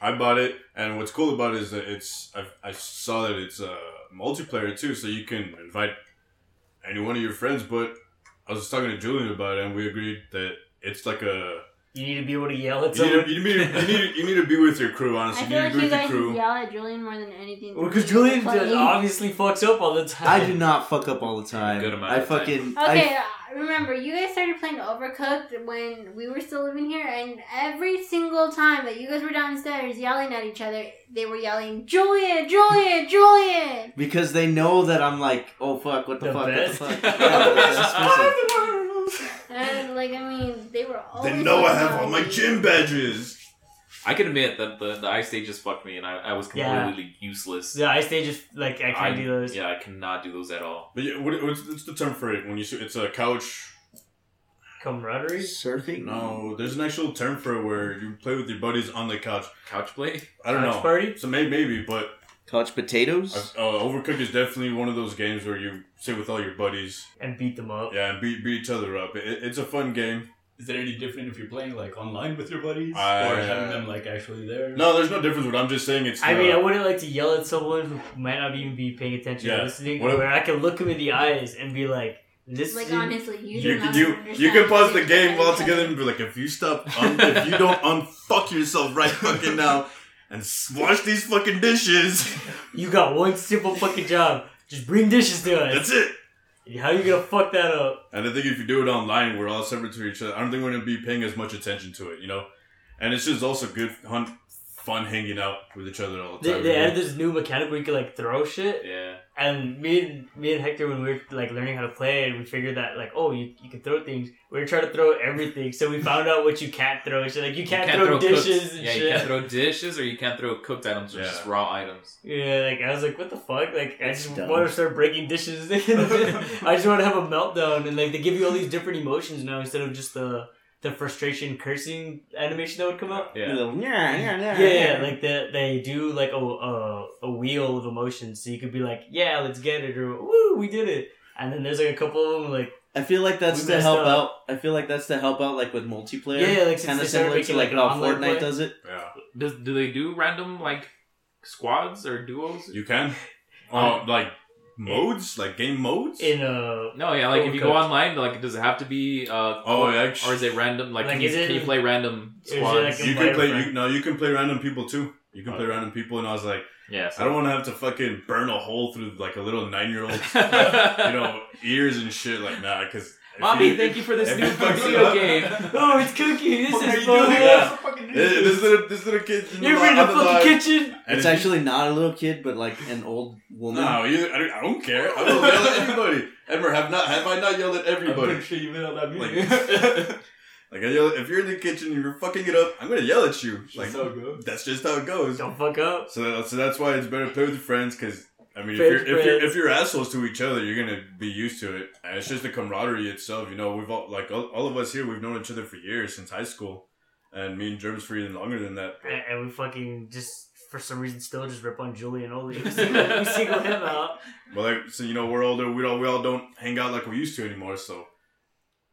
C: I bought it, and what's cool about it is that it's I, I saw that it's uh, multiplayer too, so you can invite any one of your friends. But I was just talking to Julian about it, and we agreed that it's like a
E: you need to be able to yell at
C: you need
E: someone
C: to, you need to, you need to, you need to be with your crew. Honestly,
D: I
C: you
D: feel
C: need
D: like
C: to be
D: you
C: with your crew.
D: guys yell at Julian more than anything.
E: Well, because Julian
D: Fuck
E: just
D: you.
E: obviously fucks up all the time.
A: I do not fuck up all the time.
B: Good amount
A: I
B: of time.
A: fucking
D: Okay, uh, remember you guys started playing Overcooked when we were still living here, and every single time that you guys were downstairs yelling at each other, they were yelling Julian, Julian, Julian.
A: I, because they know that I'm like, oh fuck, what the,
E: The
A: fuck,
E: best.
A: what the fuck. Yeah, the best person.
D: And like I mean, they were always.
C: They know I have
D: yelling.
C: all my gym badges.
B: I can admit that the, the ice stage just fucked me, and I, I was
E: Yeah.
B: completely useless.
E: The ice stage is like I can't
B: I-
E: do those.
B: Yeah, I cannot do those at all.
C: But yeah, what, what's, what's the term for it when you see it's a couch?
E: Camaraderie.
A: Surfing?
C: No, there's an actual term for it where you play with your buddies on the couch.
B: Couch play.
C: I don't
E: Couch
C: know.
E: party?
C: So maybe, maybe, but
A: Couch
C: uh,
A: potatoes?
C: Overcooked is definitely one of those games where you sit with all your buddies,
E: and beat them up.
C: yeah, and beat beat each other up. It, it's a fun game.
F: Is it any different if you're playing like online with your buddies
C: I-
F: or having them like actually there?
C: No, there's no difference. What I'm just saying, it's.
E: I
C: uh,
E: mean, I wouldn't like to yell at someone who might not even be paying attention or
C: Yeah.
E: listening,
C: What if-
E: where I can look him in the eyes and be like, "This
D: Like
E: is-
D: honestly, you
C: you
D: do not
C: can you you
D: understand
C: can pause
D: what
C: the
D: they're
C: game
D: yelling at.
C: altogether and be like, if you stop, un- if you don't unfuck yourself right fucking now, and s- wash these fucking dishes,
E: you got one simple fucking job. Just bring dishes to us.
C: that's it.
E: How you gonna fuck that up?"
C: And I think if you do it online, we're all separate to each other. I don't think we're gonna be paying as much attention to it, you know. And it's just also good fun, fun hanging out with each other all the
E: They,
C: time.
E: they
C: you know?
E: added this new mechanic where you can like throw shit,
B: Yeah.
E: and me and me and Hector when we were like learning how to play, and we figured that like, oh, you, you can throw things. We were trying to throw everything, so we found out what you can't throw. So like, you can't, throw, dishes
B: cooked-
E: and
B: yeah,
E: shit.
B: you can't throw dishes or you can't throw cooked items or
C: Yeah.
B: just raw items.
E: Yeah, like I was like, what the fuck? Like I
A: That's
E: just
A: dumb.
E: want to start breaking dishes. I just want to have a meltdown, and like they give you all these different emotions now instead of just the the frustration cursing animation that would come up.
A: Yeah.
B: Yeah.
A: Yeah, yeah,
E: Yeah, yeah, like that they, do like a, a a wheel of emotions, so you could be like, yeah, let's get it, or woo, we did it. And then there's like a couple of them like,
A: I feel like that's
E: We
A: to
E: messed
A: help
E: up.
A: out. I feel like that's to help out, like with multiplayer.
E: yeah, yeah, like since
A: kind
E: they
A: of
E: started
A: similar to
E: making
A: like,
E: like, an
A: how
E: online
A: Fortnite
E: play.
A: does it.
C: yeah,
B: Does do they do random like squads or duos?
C: you can.
B: Um,
C: uh, like modes, like game modes.
E: in a
B: No, yeah, like if you go
E: Overcooked.
B: online, like does it have to be uh
C: oh, yeah, actu-
B: or is it random? Like,
E: Like,
B: can, you,
E: is it-
B: can you play random
E: is it like
B: squads?
E: a-
C: you
E: Player
C: can play.
E: friend.
C: You, no, you can play random people too. You
A: Uh.
C: can play random people, and I was like,
B: yeah.
C: I don't want to have to fucking burn a hole through like a little nine-year-old, you know, ears and shit like nah, because.
B: Mommy, thank you for this
C: if
B: new
C: you fuck it
B: video
C: up-
B: game.
E: oh, it's cookie. This
F: What are
E: is
F: you doing?
E: fun.
C: Yeah.
F: Fucking
C: Eh, This little, this little kid.
E: You're in the fucking kitchen.
C: And
A: It's
C: if you-
A: actually not a little kid, but like an old woman.
C: No, you, I, don't, I don't care. I will yell at anybody. Ever have not have I not yelled at everybody?
F: sure you yelled at me.
C: Like I yell, if you're in the kitchen and you're fucking it up, I'm gonna yell at you. Like
F: so good.
C: that's just how it goes.
E: Don't fuck up.
C: So so that's why it's better to play with your friends because. I mean, if
E: Play
C: you're,
E: with
C: if, you're,
E: friends.
C: if you're assholes to each other, you're gonna be used to it. And it's just the camaraderie itself. You know, we've all like all, all of us here, we've known each other for years since high school, and me and Germs for even longer than that.
E: And, and we fucking just, for some reason, still just rip on Julian Oli. We single, we single him out.
C: But like, so you know, we're older. We all we all don't hang out like we used to anymore. So,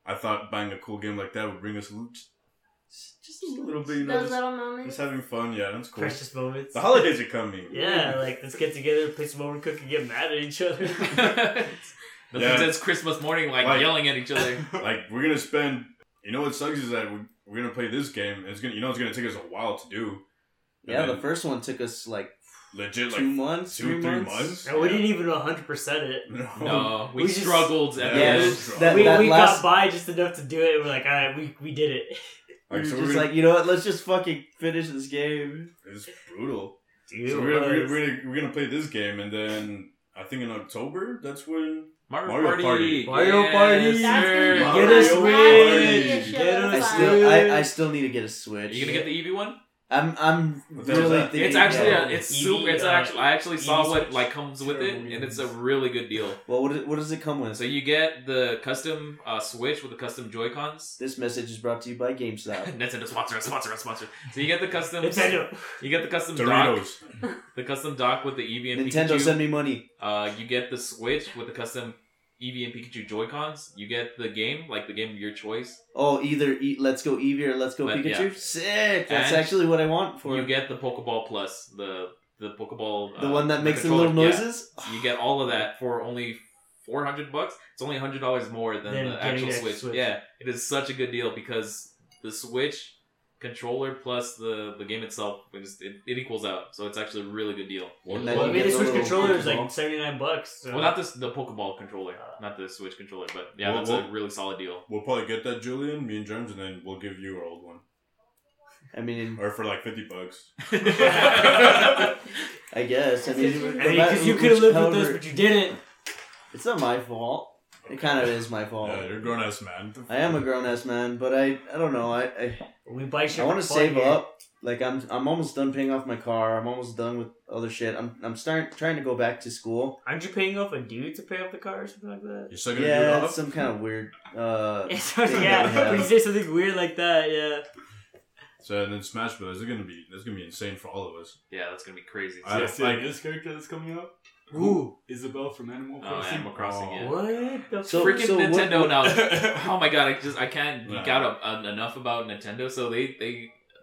C: I thought buying a cool game like that would bring us a little, just, just a little bit, you know,
D: Those
C: just,
D: little
C: just
D: moments.
C: having fun. Yeah, that's cool.
E: Precious moments.
C: The holidays are coming.
E: Yeah, like, let's get together, play some overcook, and get mad at each other.
B: the
C: Yeah.
B: it's Christmas morning, like,
C: Like-
B: yelling at each other.
C: like we're gonna spend. You know what sucks is that we're, we're gonna play this game. and It's gonna, you know, it's gonna take us a while to do.
A: yeah,
C: And
A: the
C: then-
A: first one took us like
C: legit
A: two
C: like
A: months,
C: two,
A: three
C: three
A: months.
C: months?
E: And we didn't even 100% it.
B: No, we,
E: We just-
B: struggled at
A: Yeah,
B: this.
A: Yes. That-
E: we
A: that
E: we
A: last-
E: got by just enough to do it. We're like, all right, we, we did it.
A: We
C: Like,
A: were
C: so we're
A: just
C: gonna-
A: like, you know what? Let's just fucking finish this game.
C: It's brutal.
E: Dude,
C: so we're,
E: it
C: we're,
E: was-
C: we're, gonna, we're gonna play this game, and then I think in October, that's when.
B: Mario,
C: Mario
B: Party.
C: Party.
A: Mario Party.
B: Yes,
D: That's
B: sir.
D: gonna be
A: Get us
D: fun. That's gonna
C: ready.
D: be a shit
E: Get
D: load of
E: us
A: I
D: fun.
A: still, I, I still need to get a
B: Are
A: Switch.
B: you gonna get the Eevee one?
A: I'm, I'm
C: What the hell's
A: really
C: that?
A: thinking.
B: it's actually
A: that-
B: a, it's
E: Eevee,
B: super. It's
E: uh,
B: actually I actually
A: E
B: saw
E: Eevee
B: what
E: Switch.
B: like comes with it,
E: Sure,
B: and it's a
E: yes.
B: really good deal.
A: well, what, what does it come with?
B: So you get the custom uh, Switch with the custom Joy Cons.
A: this message is brought to you by GameStop.
B: Nintendo sponsor us, sponsor us, sponsor. us. So you get the custom.
E: Nintendo.
B: You get the custom dock,
C: Doritos.
B: the custom dock with the Eevee and
A: Nintendo,
B: Pikachu.
A: send me money.
B: Uh, you get the Switch with the custom Eevee and Pikachu Joy Cons. You get the game, like the game of your choice.
A: Oh, either e- Let's Go Eevee or Let's Go
B: Let-
A: Pikachu. Sick. That's
B: And
A: actually what I want for
B: You get the Pokeball Plus, the the Pokeball.
A: the
B: uh,
A: one that makes the
B: controller.
A: little
B: Yeah.
A: noises.
B: You get all of that for only four hundred bucks. It's only hundred dollars more than
E: Than
B: the
E: getting
B: actual
E: the
B: Switch.
E: Switch.
B: Yeah, it is such a good deal because the Switch controller plus the the game itself it, just, it, it equals out. So it's actually a really good deal.
A: And then
E: Well, I
A: you
E: mean,
A: get
E: the
A: the
E: Switch
A: little
E: controller is like
A: Pokeball.
E: 79 bucks. So.
B: Well, not this the Pokeball controller, not the Switch controller, but yeah,
C: Well,
B: that's
C: well-
B: a really solid deal.
C: We'll probably get that, Julian, me and James, and then we'll give you our old one.
A: I mean,
C: Or for like 50 bucks.
A: I guess. I mean,
D: I
E: I mean,
A: no
E: because you
A: matter
E: could
A: which-
E: have lived with us,
A: however-
E: but you didn't.
A: It's not my fault. It kind of is my fault.
C: Yeah, Oh, you're a grown ass man.
A: I am a grown ass man, but I I don't know. I I,
E: We buy shit.
A: I want to
E: for
A: save
E: fun here.
A: up. Like I'm I'm almost done paying off my car. I'm almost done with other shit. I'm I'm starting trying to go back to school.
E: Aren't you paying off a dude to pay off the car or something like that?
C: You're still gonna do
A: Yeah,
C: it
A: it's some kind of weird. Uh,
E: It's
A: thing that we
E: yeah,
A: have.
E: when you say something weird like that, yeah.
C: So and then Smash Bros. is gonna be that's gonna be insane for all of us.
B: yeah, that's gonna be crazy.
C: I-
F: I
C: Yes,
F: see
C: like-
F: this character that's coming up.
E: Ooh.
F: Isabel from Animal
B: Oh,
F: Crossing.
B: Animal Crossing, yeah.
E: What the
A: So-
B: freaking
A: what-
B: Nintendo
A: what-
B: now. Oh my god, I just I can't geek
C: Yeah.
B: out of, uh, enough about Nintendo. So they they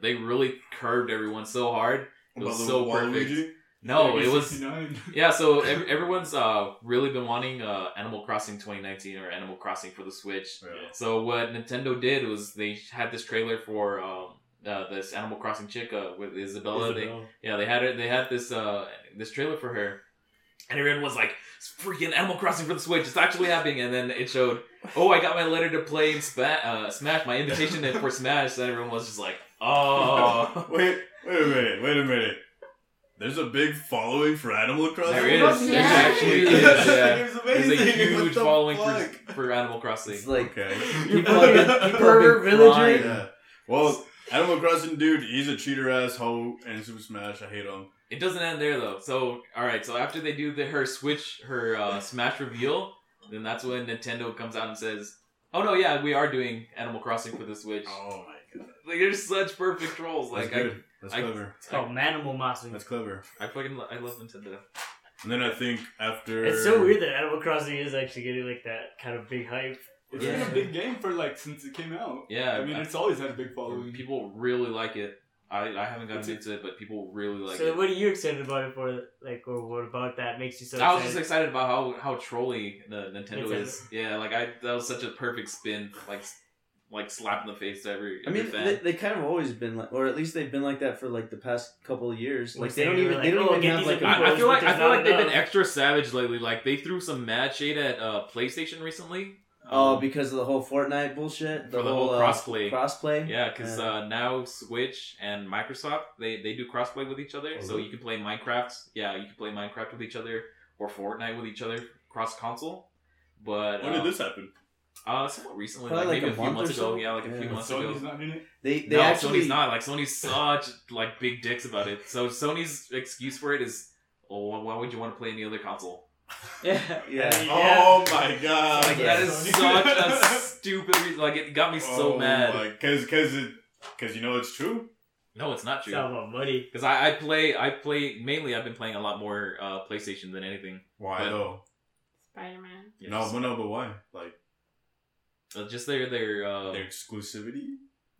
B: they really curved everyone so hard. It was
C: About
B: so
C: Waluigi?
B: perfect. No, it was
F: 69.
B: yeah. So ev- everyone's uh really been wanting uh Animal Crossing 2019 or Animal Crossing for the Switch.
C: Yeah.
B: So what Nintendo did was they had this trailer for um uh, this Animal Crossing chick uh, with Isabella. They
F: Isabel.
B: yeah, they had her. They had this uh this trailer for her, and everyone was like, "It's freaking Animal Crossing for the Switch! It's actually happening!" And then it showed, "Oh, I got my letter to play in Spa- uh, Smash, my invitation to- for Smash." And everyone was just like, "Oh,
C: Wait, wait a minute, wait a minute. There's a big following for Animal Crossing.
B: There is.
D: There
C: There
D: actually
C: is.
D: is,
B: yeah.
C: It's
B: there's a huge following
C: fuck?
B: for, for Animal Crossing."
A: it's like
C: Okay.
A: you fucking
E: Pervert
A: pervert
E: villager.
A: villager.
C: Yeah. Well, Animal Crossing dude, he's a cheater ass hoe and Super Smash. I hate him.
B: It doesn't end there though. So all right, so after they do the, her Switch, her uh, Smash reveal, then that's when Nintendo comes out and says, "Oh no, yeah, we are doing Animal Crossing for the Switch."
C: Oh my god.
B: Like they're such perfect trolls.
C: That's
B: Like I,
C: good. That's
B: I-
C: clever.
E: It's called Manimal Mossing.
C: That's clever.
B: I fucking lo- I love Nintendo.
C: And then I think after
E: It's so weird that Animal Crossing is actually getting like that kind of big hype.
F: It's
B: Yeah.
F: been a big game for like since it came out.
B: Yeah,
F: I mean, it's always had a big following.
B: people really like it. I, I haven't gotten
F: It's a-
B: into it, but people really like
E: so
B: it.
E: what are you excited about it for? Like, or what about that makes you so
B: I was just
E: excited?
B: excited about how how trolly the Nintendo
E: Nintendo.
B: is. Yeah, like I that was such a perfect spin, like s- like slap in the face to every,
A: I
B: every
A: mean,
B: fan.
A: they, they kind of always been like, or at least they've been like that for like the past couple of years. Like
E: Which
A: they
E: they
A: don't
E: were
A: even they
E: like,
A: don't
E: "Oh,
A: even
E: get
A: have
E: these
A: like
E: people."
B: I, I
A: a.
E: But
B: feel like
E: there's
B: I feel
E: not
B: like they've been
E: enough.
B: extra savage lately. Like they threw some mad shade at uh, PlayStation recently.
A: Oh,
B: Um,
A: because of the whole Fortnite bullshit, the
B: for the
A: whole,
B: whole
A: uh,
B: crossplay.
A: crossplay.
B: Yeah, because
A: Yeah.
B: uh, now Switch and Microsoft they, they do crossplay with each other, so
C: Oh,
A: Mm-hmm.
C: really?
B: you can play Minecraft. Yeah, you can play Minecraft with each other or Fortnite with each other cross console. But
C: When
B: uh,
C: did this happen?
B: Uh, somewhat recently,
A: Probably like
B: like, maybe
A: a
B: a, few
A: month or
B: months ago.
A: so.
B: Yeah, like a
A: Yeah.
B: few months
F: Sony's
B: ago.
F: not in it.
A: They they
B: no,
A: actually
B: Sony's not like Sony's such like big dicks about it. So Sony's excuse for it is, oh, why would you want to play any other console?
E: yeah,
A: Yeah.
E: I mean,
C: Oh my god.
B: Like
A: yeah.
B: that is such a stupid. Re- like it got me so
C: Oh
E: Oh
B: mad.
C: Because because it because you know it's true.
B: No, it's not
E: It's
B: true.
E: all about money.
B: Because I, I play, I play mainly. I've been playing a lot more uh, PlayStation than anything.
C: Why
B: But-
C: though?
D: Spider-Man.
B: You
C: No,
B: know,
C: but no, but why? Like
B: uh, just their their uh,
C: their exclusivity.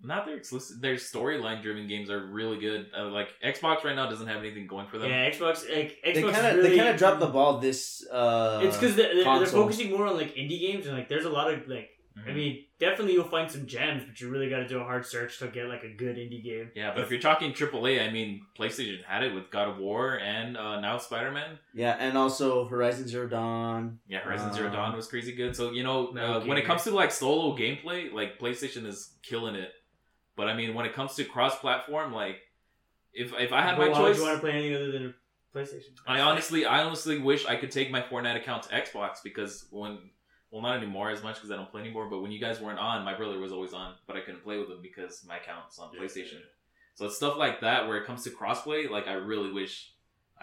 B: not their exclusive. Their storyline driven games are really good. Uh, like Xbox right now doesn't have anything going for them.
E: Yeah, Xbox. Like, Xbox
A: they kind
E: is
A: of
E: really,
A: they kind of dropped the ball this. uh
E: It's because they're, they're, they're
A: console.
E: focusing more on like indie games and like there's a lot of like I
B: Mhm.
E: mean, definitely you'll find some gems, but you really got to do a hard search to get like a good indie game.
B: Yeah, but if you're talking AAA, I mean, PlayStation had it with God of War and uh, now Spider Man.
A: Yeah, and also Horizon Zero Dawn.
B: Yeah, Horizon Zero
A: Uh,
B: Dawn was crazy good. So you know,
E: Metal
B: uh, when it
E: Gear.
B: comes to like solo gameplay, like PlayStation is killing it. But I mean, when it comes to cross-platform, like if if I had
E: But
B: my
E: why would
B: choice,
E: you want to play anything other than a PlayStation?
B: I honestly, I honestly wish I could take my Fortnite account to Xbox because when, well, not anymore as much because I don't play anymore. But when you guys weren't on, my brother was always on, but I couldn't play with him because my account's on
C: Yeah.
B: PlayStation. So it's stuff like that where it comes to crossplay. Like I really wish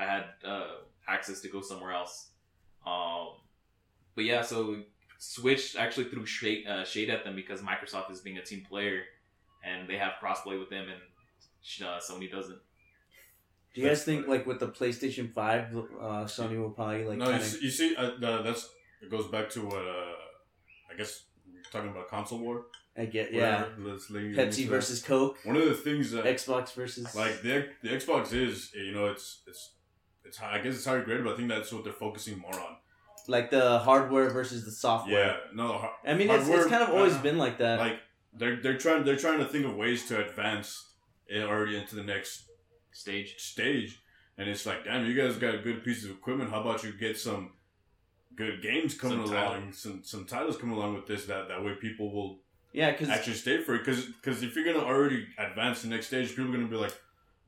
B: I had uh, access to go somewhere else. Um, but yeah, so Switch actually threw shade, uh, shade at them because Microsoft is being a team player and they have crossplay with them, and uh, Sony doesn't.
A: Do you guys think like with the PlayStation Five, uh, Sony will probably like
C: no, you
A: kinda-
C: see, you see uh, the, that's it goes back to what uh, I guess we're talking about console war.
A: I get yeah,
C: Whatever, let's lay-
A: Pepsi versus Coke,
C: One of the things that
A: Xbox versus
C: like the the Xbox is you know it's it's it's high, I guess it's higher grade, but I think that's what they're focusing more on.
A: like the hardware versus the software.
C: Yeah, no, the har-
A: I mean, it's, it's
C: Hardware,
A: kind of always
C: uh,
A: been like that.
C: like they're they're trying they're trying to think of ways to advance it already into the next
B: Stage.
C: stage, and it's like damn, you guys got good pieces of equipment. How about you get some good games coming
B: Some
C: along,
B: talent.
C: some some titles coming along with this that that way people will
A: yeah, because
C: actually stay for it because if you're gonna already advance the next stage, people are gonna be like,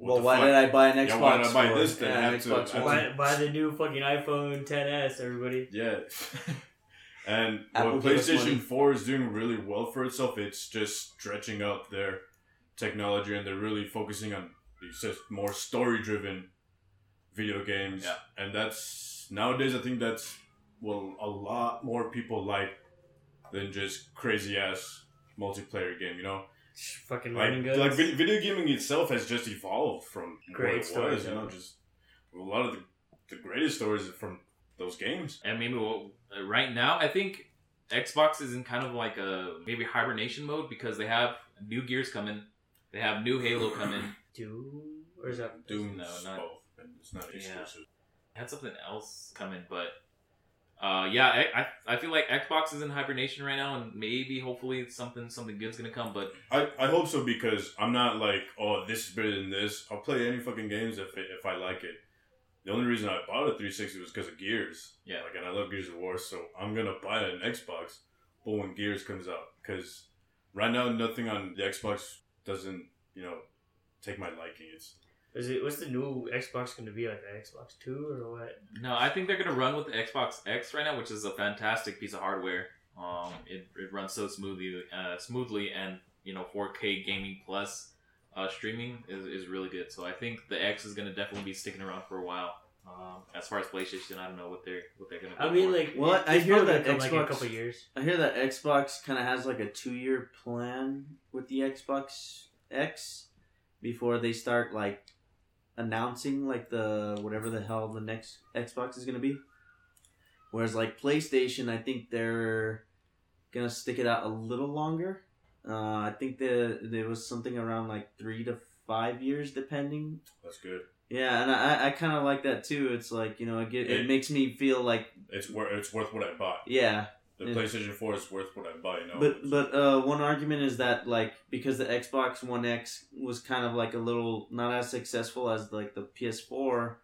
A: well,
C: the
A: why
C: fuck?
A: did I buy an Xbox?
C: Yeah, why did I buy
A: for-
C: this then? I
A: Yeah, an
C: have to-
A: Xbox
C: I have
A: One.
E: buy, buy the new fucking iPhone 10s, everybody.
C: Yeah. and
A: Apple
C: what
A: gave us money.
C: PlayStation 4 is doing really well for itself, it's just stretching out their technology and they're really focusing on these just more story driven video games.
B: Yeah.
C: And that's nowadays I think that's well a lot more people like than just crazy ass multiplayer game, you know?
E: Fucking running
C: Like,
E: guns.
C: like vid- video gaming itself has just evolved from
E: Great
C: what it
E: stories,
C: was, you know,
E: yeah.
C: just a lot of the, the greatest stories are from those games.
B: I mean, well, uh, right now, I think Xbox is in kind of like a maybe hibernation mode because they have new Gears coming, they have new Halo coming.
E: Doom? Or is that
C: Doom
B: No,
C: is
B: not-
C: both, and it's not
B: Yeah.
C: exclusive.
B: They had something else coming, but uh, yeah, I, I I feel like Xbox is in hibernation right now, and maybe hopefully it's something something good's gonna come. But
C: I, I hope so because I'm not like oh this is better than this. I'll play any fucking games if it, if I like it. The only reason I bought a 360 was because of Gears.
B: Yeah.
C: like and I love Gears of War, so I'm gonna buy an Xbox. But when Gears comes out, because right now nothing on the Xbox doesn't you know take my liking. It's
E: Is it, what's the new Xbox going to be like? An Xbox Two or what?
B: no, I think they're gonna run with the Xbox X right now, which is a fantastic piece of hardware. Um, it, it runs so smoothly, uh, smoothly, and you know, 4K gaming plus uh, streaming is, is really good. So I think the X is gonna definitely be sticking around for a while. Um, as far as PlayStation, I don't know what they're what they're gonna.
E: I
B: go
E: mean,
B: for.
E: like,
A: Well,
E: it's
A: I hear
E: probably
A: that
E: gonna come, like, in a
A: Xbox-
E: couple years.
A: I hear that Xbox kind of has like a two year plan with the Xbox X before they start like announcing like the whatever the hell the next Xbox is gonna be. Whereas like PlayStation, I think they're gonna stick it out a little longer. Uh, I think the there was something around like three to five years, depending.
C: that's good.
A: Yeah, and I, I kind of like that too. It's like you know it, get, it
C: It-
A: makes me feel like
C: It's worth it's worth what I bought.
A: yeah
C: The
A: Yeah.
C: PlayStation 4 is worth what I bought. You know,
A: But but uh, one argument is that like because the Xbox One X was kind of like a little not as successful as like the PS4,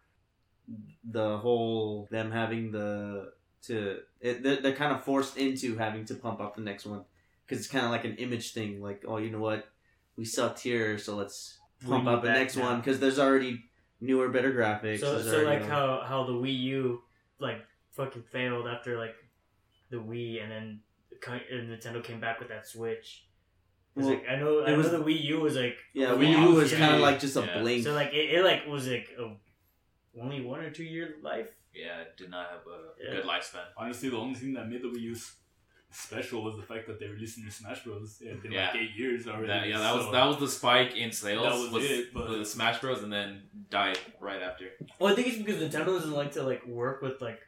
A: the whole them having the to it, they're, they're kind of forced into having to pump up the next one because it's kind of like an image thing. Like oh you know what we sucked here so let's
E: We
A: pump
E: need
A: up the
E: that
A: next
E: now.
A: one because there's already newer better graphics.
E: So,
A: there's
E: so
A: already-
E: like how how the Wii U like fucking failed after like the Wii, and then the co- and Nintendo came back with that Switch. 'Cause,
A: Well,
E: like, I know, I
A: it was-
E: know the Wii U was like
A: yeah
E: a
A: Wii U
E: loss,
A: was
E: yeah.
A: kind of like just a
B: Yeah.
A: blink.
E: so like it, it like was like a only one or two year life.
B: Yeah, it did not have a
E: Yeah.
B: good lifespan.
F: Honestly, the only thing that made the Wii U s- special was the fact that they released a new Smash Bros. Yeah, it's been like
B: Yeah.
F: eight years already.
B: That, yeah, that was
F: so-
B: that was the spike in sales
F: That was
B: was
F: it, but-
B: with the Smash Bros, and then died right after.
E: Well, I think it's because Nintendo doesn't like to like work with like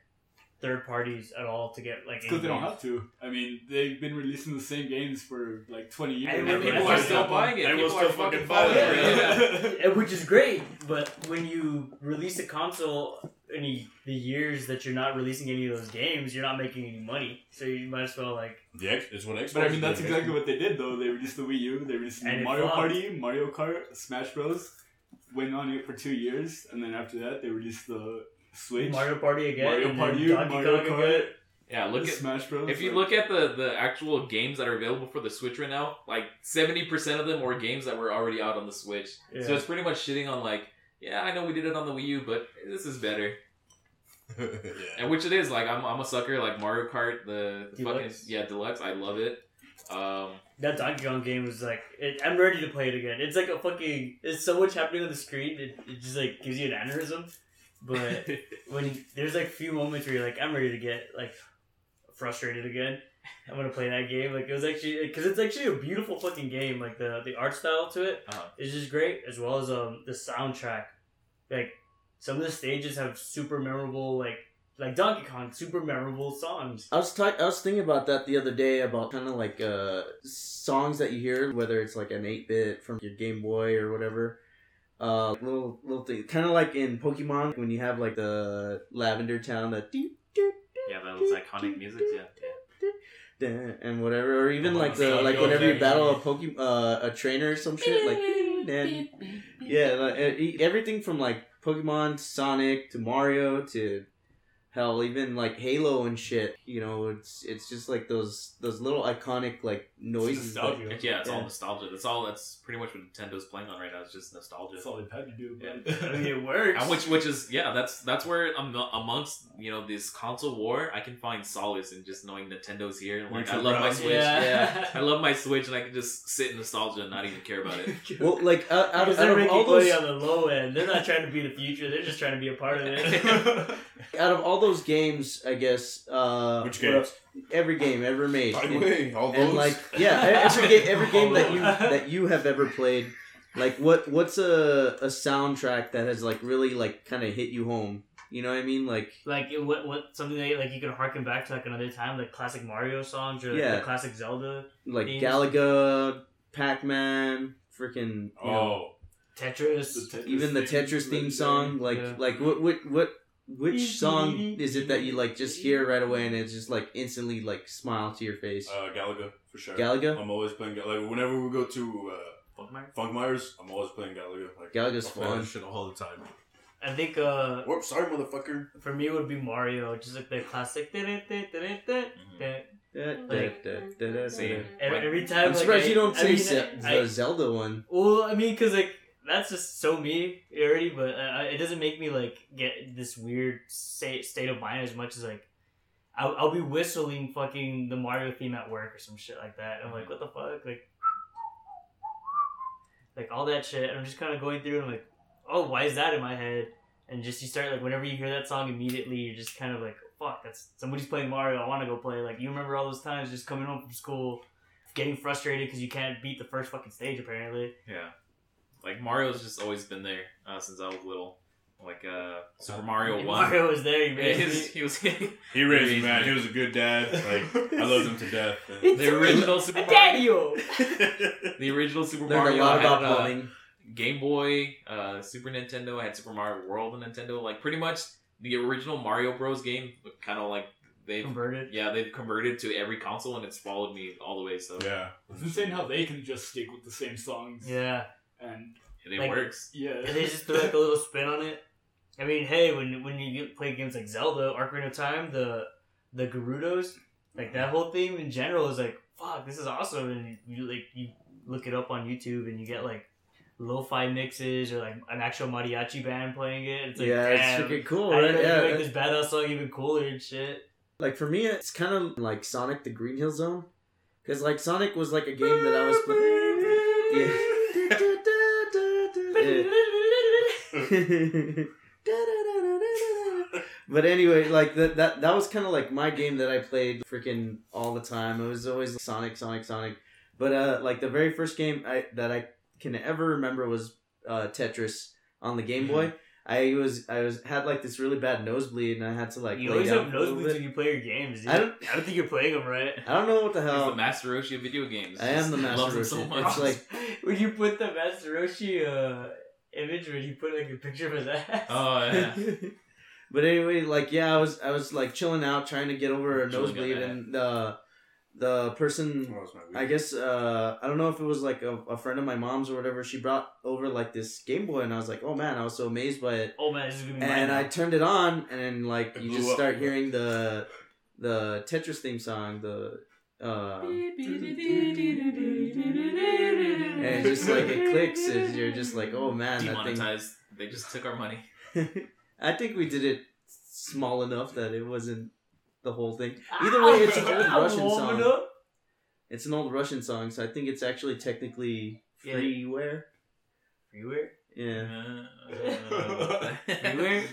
E: third parties at all to get like.
F: Because they don't
E: any-
F: have to. I mean, they've been releasing the same games for like 20 years.
E: And people
F: Everybody's
E: are still
F: got them.
B: buying it.
C: I
B: People
C: will
B: are
C: still
B: fucking
C: fucking buy
E: buying
C: it.
E: And- which is great, but when you release a console, any the years that you're not releasing any of those games, you're not making any money. So you might as well like
C: The X, it's what Xbox.
F: But I mean, that's
C: did.
F: exactly what they did, though. They released the Wii U, they released
E: And it
F: Mario
E: flopped.
F: Party, Mario Kart, Smash Bros. Went on it for two years, and then after that, they released the Switch,
E: Mario Party again,
F: Mario
E: and then
F: Party,
E: Donkey
F: Mario
E: Kong
F: Kart.
E: again.
B: Yeah, look at
F: Smash Bros.
B: if you
F: like-
B: look at the the actual games that are available for the Switch right now, like seventy percent of them were games that were already out on the Switch.
E: Yeah.
B: So it's pretty much shitting on like, yeah, I know we did it on the Wii U, but this is better.
C: yeah.
B: And which it is. Like I'm, I'm a sucker. Like Mario Kart, the, the fucking
E: Deluxe.
B: yeah deluxe. I love it. Um,
E: That Donkey Kong game was like, it, I'm ready to play it again. It's like a fucking, it's so much happening on the screen. It, it just like gives you an aneurysm. But when there's like few moments where you're like, I'm ready to get like frustrated again. I'm gonna play that game. Like it was actually because it's actually a beautiful fucking game. Like the the art style to it
B: Uh-huh.
E: is just great, as well as um the soundtrack. Like some of the stages have super memorable like like Donkey Kong super memorable songs.
A: I was talk- I was thinking about that the other day about kind of like uh, songs that you hear, whether it's like an eight bit from your Game Boy or whatever. Uh, little little thing, kind of like in Pokemon when you have like the Lavender Town that doo- doo-
B: yeah, that
A: was iconic music, yeah, doo- and whatever, or even
B: Oh,
A: like
B: so
A: the like
B: you
A: whenever you
B: okay.
A: battle a Poke- uh, a trainer or some shit like then yeah like, e- everything from like Pokemon, Sonic to Mario to hell even like Halo and shit. You know, it's it's just like those those little iconic like noises. that-
F: nostalgia.
B: Yeah, it's all
A: Yeah.
B: nostalgia. That's all. That's pretty much what Nintendo's playing on right now. It's just nostalgia.
F: That's all they've had to do.
B: Yeah.
E: I mean,
F: But
E: it works.
B: And which, which is yeah, that's that's where am- amongst you know this console war, I can find solace in just knowing Nintendo's here. Like I
C: Neutral
B: love my
C: ground.
B: Switch. Yeah. I love my Switch, and I can just sit in nostalgia and not even care about it.
A: Well, like out, out,
E: Because
A: of,
E: they're
A: out of
E: making oh,
A: all
E: money
A: those
E: on the low end. They're not trying to be the future. They're just trying to be a part of it.
A: out of all those games, I guess uh,
C: Which
A: were-
C: games?
A: Every game ever made,
C: By the
A: And-
C: way, all those.
A: and like yeah, e- every game every game that you
F: All those.
A: that you have ever played. Like what? What's a a soundtrack that has like really like kind of hit you home? You know what I mean? Like
E: like it, what, what something that like you can harken back to like another time, like classic Mario songs or like,
A: Yeah.
E: the classic Zelda,
A: like
E: Games.
A: Galaga, Pac Man, freaking you know,
C: oh,
E: Tetris.
A: even the Tetris theme song. Like
E: Yeah.
A: like what what what which song is it that you like just hear right away and it's just like instantly like smile to your face?
C: uh, Galaga for sure.
A: Galaga.
E: oh,
C: I'm always playing Galaga. Like, whenever we go to uh, Funkmeyer's, I'm always playing Galaga. Like,
A: Galaga's
C: I'll play
E: oh,
C: that
A: fun.
C: shit all the time.
E: I think uh,
C: Whoops, sorry, motherfucker.
E: for me it would be Mario, just like the classic.
A: Mm-hmm.
E: Every,
A: Da, da, da, da, da, da.
B: Same.
E: every time,
A: I'm
E: like,
A: surprised
E: I-
A: you don't
E: I
A: say
E: mean,
A: Ze-
E: I-
A: the Zelda one.
E: Well, I mean, cause like that's just so me already, but uh, it doesn't make me like get this weird sa state of mind as much as like I'll, I'll be whistling fucking the Mario theme at work or some shit like that. I'm like, what the fuck, like, like all that shit. And I'm just kind of going through and I'm like, oh, why is that in my head? And just you start like whenever you hear that song immediately, you're just kind of like, fuck, that's somebody's playing Mario. I want to go play. Like you remember all those times just coming home from school, getting frustrated because you can't beat the first fucking stage apparently.
B: Yeah, like Mario's just always been there uh, since I was little. Like uh, Super Mario
E: If
B: One.
E: Mario was there. He
B: He
E: raised
B: was-
E: me.
B: he was
C: He raised me, man. He was a good dad. Like, I loved him to death. man.
B: the original Super Mario.
E: Daddy-o.
B: The original Super
A: Learned
B: Mario
A: a lot
B: had,
A: about
B: uh,
A: plumbing.
B: Game Boy, uh, Super Nintendo. I had Super Mario World on Nintendo. Like pretty much the original Mario Bros. game, kind of like they've
E: Converted.
B: yeah they've converted to every console and it's followed me all the way. So
C: yeah.
F: It's insane how they can just stick with the same songs.
E: Yeah.
F: And
B: and it
E: Like-
B: works.
F: yeah.
E: And they just threw like a little spin on it. I mean, hey, when when you get, play games like Zelda, Ocarina of Time, the the Gerudos, like that whole theme in general is like, fuck, this is awesome. And you like you look it up on YouTube and you get like lo-fi mixes or like an actual mariachi band playing it. It's like,
A: yeah,
E: damn,
A: it's freaking cool,
E: how do
A: right?
E: you
A: Yeah,
E: make
A: that-
E: this badass song even cooler and shit.
A: Like for me, it's kind of like Sonic the Green Hill Zone, because like Sonic was like a game that I was playing. but anyway, like that that that was kind of like my game that I played freaking all the time. It was always Sonic, Sonic, Sonic. But uh, like the very first game I that I can ever remember was uh, Tetris on the Game Boy. I was I was had like this really bad nosebleed, and I had to like
E: you
A: lay
E: always have
A: down for a little
E: nosebleeds
A: bit.
E: when you play your games. Dude.
A: I don't-
E: I don't think you're playing them right.
A: I don't know what the
B: He's the
A: hell.
B: Master Roshi of video games.
A: I am the
B: Just
A: Master
B: loves him so
A: Roshi.
B: much.
A: It's like-
E: when you put the
A: Oh,
E: Master Roshi uh, image, when you put like a picture of his ass.
B: oh yeah.
A: But anyway, like yeah, I was I was like chilling out, trying to get over a
B: Chilling out,
A: nosebleed,
B: yeah.
A: and the the person
C: Oh, that's my weed.
A: I guess uh, I don't know if it was like a, a friend of my mom's or whatever. She brought over like this Game Boy, and I was like, oh man, I was so amazed by it.
E: Oh man, this is gonna be mine
A: And
E: now.
A: I turned it on, and then like
C: It
A: you
C: blew
A: just
C: up.
A: start hearing the the Tetris theme song, the um, and it just like it clicks, and you're just like, oh man, that thing.
B: Demonetized. They just took our money.
A: I think we did it small enough that it wasn't the whole thing. Either way, it's an old
C: Ah!
E: Ow,
A: Russian
E: warm it
A: song.
E: up.
A: It's an old Russian song, so I think it's actually technically
E: Yeah.
A: freeware.
E: Freeware?
A: Yeah.
E: Freeware?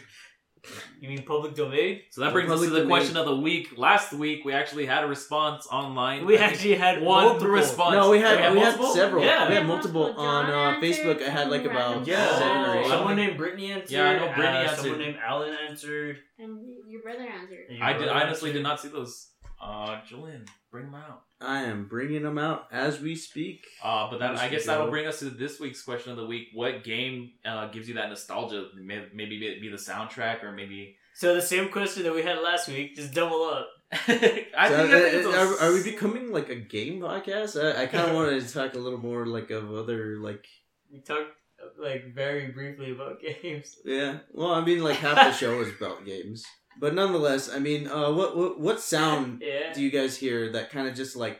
E: You mean public domain?
B: so that brings us to
A: Public
B: the
A: domain.
B: question of the week. Last week we actually had a response online.
E: We
B: I think
E: actually had
B: one
E: multiple.
B: response.
A: No, we had
B: Yeah,
A: we had
B: multiple?
A: several.
E: Yeah.
A: we had multiple on uh,
D: John answered,
A: Facebook. I had like about
E: Yeah,
B: Yeah.
A: seven or
B: Oh,
A: eight.
E: someone named Brittany answered.
B: Yeah, I know Brittany
E: uh,
B: answered.
E: Someone named Alan answered.
D: And your brother answered.
E: and
B: I did.
E: your
B: I honestly did
E: answered.
B: not see those. Uh, Julian, bring them out.
A: I am bringing them out as we speak.
B: Uh, but that
A: Yes,
B: I
A: we
B: guess that'll
A: do.
B: bring us to this week's question of the week. What game uh, gives you that nostalgia? May- Maybe it be the soundtrack, or maybe.
E: So the same question that we had last week, just double up.
B: I think, I
A: So,
B: think
A: uh,
B: it's a-
A: are, are we becoming like a game podcast? I, I kind of wanted to talk a little more like of other like
E: We talked like very briefly about games.
A: yeah. Well, I mean like half the show is about games, but nonetheless, I mean, uh, what what what sound
E: Yeah.
A: Um, do you guys hear that kind of just like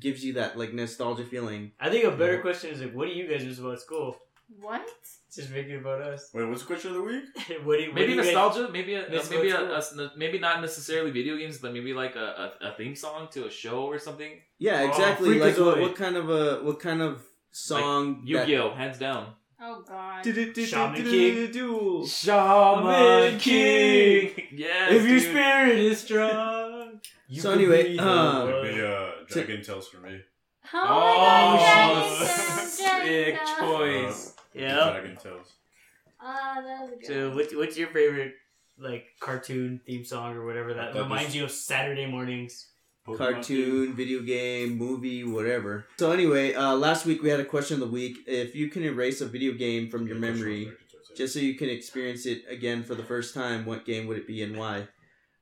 A: gives you that like nostalgia feeling?
E: I think a better question is like, what do you guys miss about school?
D: What?
E: Just making about us.
C: Wait, what's the question of the week?
E: what do you, what do
B: maybe
E: you guys-
B: nostalgia, maybe a, uh,
E: miss
B: maybe a,
E: about
B: a- maybe not necessarily video games, but maybe like a, a, a theme song to a show or something.
A: Yeah,
E: Oh,
A: exactly. like what,
E: Freakazoid.
A: what kind of a what kind of song
B: Yu Gi Oh, hands down.
D: Oh God.
E: Shaman
A: King.
E: Shaman King.
B: Yes.
E: If your
B: dude.
E: spirit is strong. you
A: So
E: can
A: anyway,
E: be the
A: uh,
E: world.
C: Maybe uh, Dragon Tales for me.
D: Oh, my God,
B: Oh,
D: Dragon's
B: sick
D: Dogma.
B: choice.
E: yeah.
C: Dragon Tales.
D: Ah, that was a good.
E: So
D: one.
E: what's what's your favorite like cartoon theme song or whatever that
C: That
E: reminds
C: was-
E: you of Saturday mornings?
F: Pokemon
A: cartoon, video game, movie, whatever. So anyway, uh, last week we had a question of the week. If you can erase a video game from your memory, just so you can experience it again for the first time, what game would it be and why?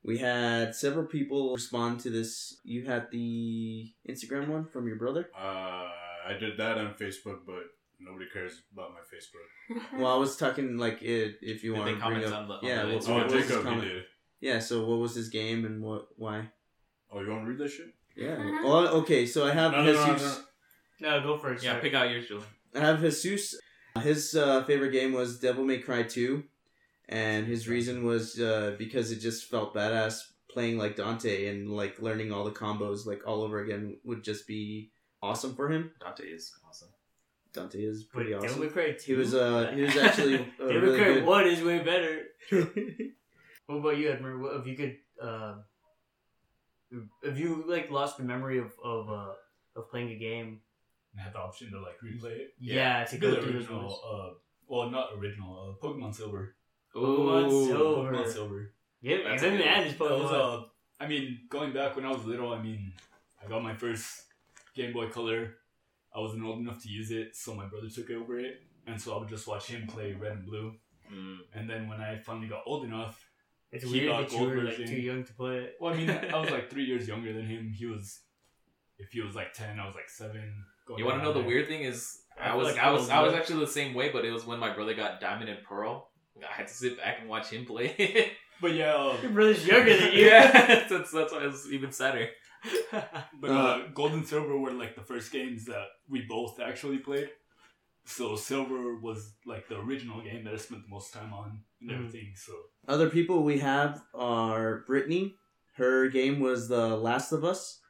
A: We had several people respond to this. You had the Instagram one from your brother.
C: Uh, I did that on Facebook, but nobody cares about my Facebook.
A: Well, I was talking like it, if you
B: Did
A: want
B: they
A: to bring
B: comment
A: up.
B: on the- on
A: yeah,
B: the
A: what-
B: Instagram?
A: what
C: Oh,
A: was his
C: Jacob, you
A: comment?
C: did.
A: Yeah. So what was his game and what? Why?
C: Oh, you want to read that shit?
A: Yeah.
D: Uh-huh.
A: Well, okay. So I have
C: No, no, no,
A: Jesus-
C: no.
E: No, go for it.
B: Yeah,
E: sir.
B: pick out yours, Julian.
A: I have Jesus. His uh, favorite game was Devil May Cry 2, and his reason was uh, because it just felt badass playing like Dante and like learning all the combos like all over again would just be awesome for him.
B: Dante is awesome.
A: Dante is
E: Wait,
A: pretty
E: Devil
A: awesome.
E: May Cry
A: He was
E: 2?
A: uh he was actually uh,
E: Devil May
A: really
E: Cry
A: good.
E: One is way better. What about you, Edmund? What, if you could, uh, if you like lost the memory of of uh, of playing a game,
F: and have the option to like replay it.
E: yeah, to
F: It'd be
E: go
F: the
E: through those ones.
F: original. Uh, well, not original. Uh, Pokemon Silver.
E: Pokemon
B: Ooh.
E: Silver.
F: Pokemon Silver.
E: Yeah,
B: That's
E: even
B: a good
E: that is
F: That
E: probably
F: was, uh, I mean, going back when I was little, I mean, I got my first Game Boy Color. I wasn't old enough to use it, so my brother took over it, and so I would just watch him play Red and Blue.
B: Mm.
F: And then when I finally got old enough,
E: it's
F: he
E: weird
F: got
E: that you
F: gold
E: were like
F: version.
E: too young to play it.
F: well, I mean, I was like three years younger than him. He was, if he was like ten, I was like seven. going
B: You want to
F: around
B: know the
F: there.
B: weird thing is,
E: I
B: I
E: feel
B: was
E: like
B: I
E: I
B: was
E: was
B: I was
E: good.
B: actually the same way, but it was when my brother got Diamond and Pearl. I had to sit back and watch him play.
F: But yeah, uh,
E: Your brother's younger than you.
B: yeah, that's that's why it's even sadder.
F: But uh, Gold and Silver were like the first games that we both actually played. So Silver was like the original game that I spent the most time on and
E: Mhm.
F: everything. So
A: Other people we have are Brittany. Her game was The Last of Us.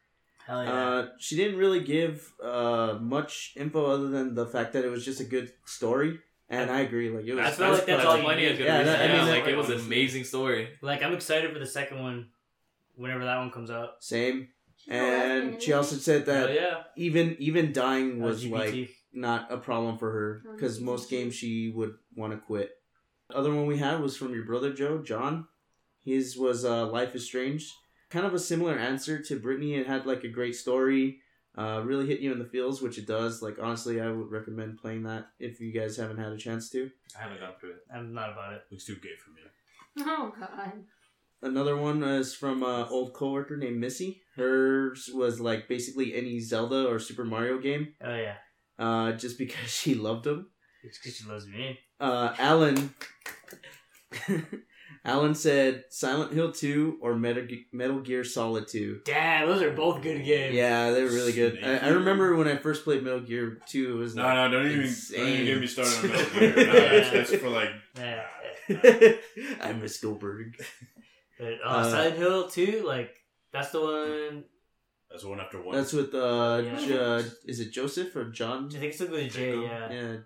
E: Hell
A: Uh, she didn't really give uh, much info other than the fact that it was just a good story, and I agree. Like it was.
E: I feel like that's all you
B: plenty
E: need.
B: of good
A: Yeah,
B: reason.
A: that- I
B: yeah,
A: mean,
B: like
F: that-
B: it was an amazing story.
E: like I'm excited for the second one, whenever that one comes out.
A: Same.
D: Oh, that's
A: And
D: good.
A: she also said that
E: Hell yeah,
A: even even dying was
E: LGBT.
A: like not a problem for her because most
D: LGBT.
A: games she would want to quit. Other one we had was from your brother Joe John. His was uh, Life is Strange. Kind of a similar answer to Brittany. It had like a great story. Uh, really hit you in the feels, which it does. Like honestly, I would recommend playing that if you guys haven't had a chance to.
B: I haven't gone through it.
E: I'm not about it.
C: Looks too gay for me.
D: Oh god.
A: Another one is from an old coworker named Missy. Hers was like basically any Zelda or Super Mario game,
E: Oh yeah,
A: uh, just because she loved them.
E: it's because she loves me.
A: Uh, Alan, Alan said Silent Hill Two or Metal, Ge- Metal Gear Solid Two.
E: Damn, those are both good games.
A: Yeah, they're really good. I, I remember when I first played Metal Gear Two, it was
C: No,
A: like,
C: no, don't even, don't
A: Insane.
C: even get me started on Metal Gear. No, that's, that's for like
E: Yeah.
A: I'm a Spielberg.
E: But, uh,
A: Uh,
E: Silent Hill too, like that's the one.
C: that's one after one.
A: That's with uh,
E: Yeah.
A: J- uh, is it Joseph or John?
E: I think it's the J.
C: Jacob.
E: Yeah.
A: Yeah,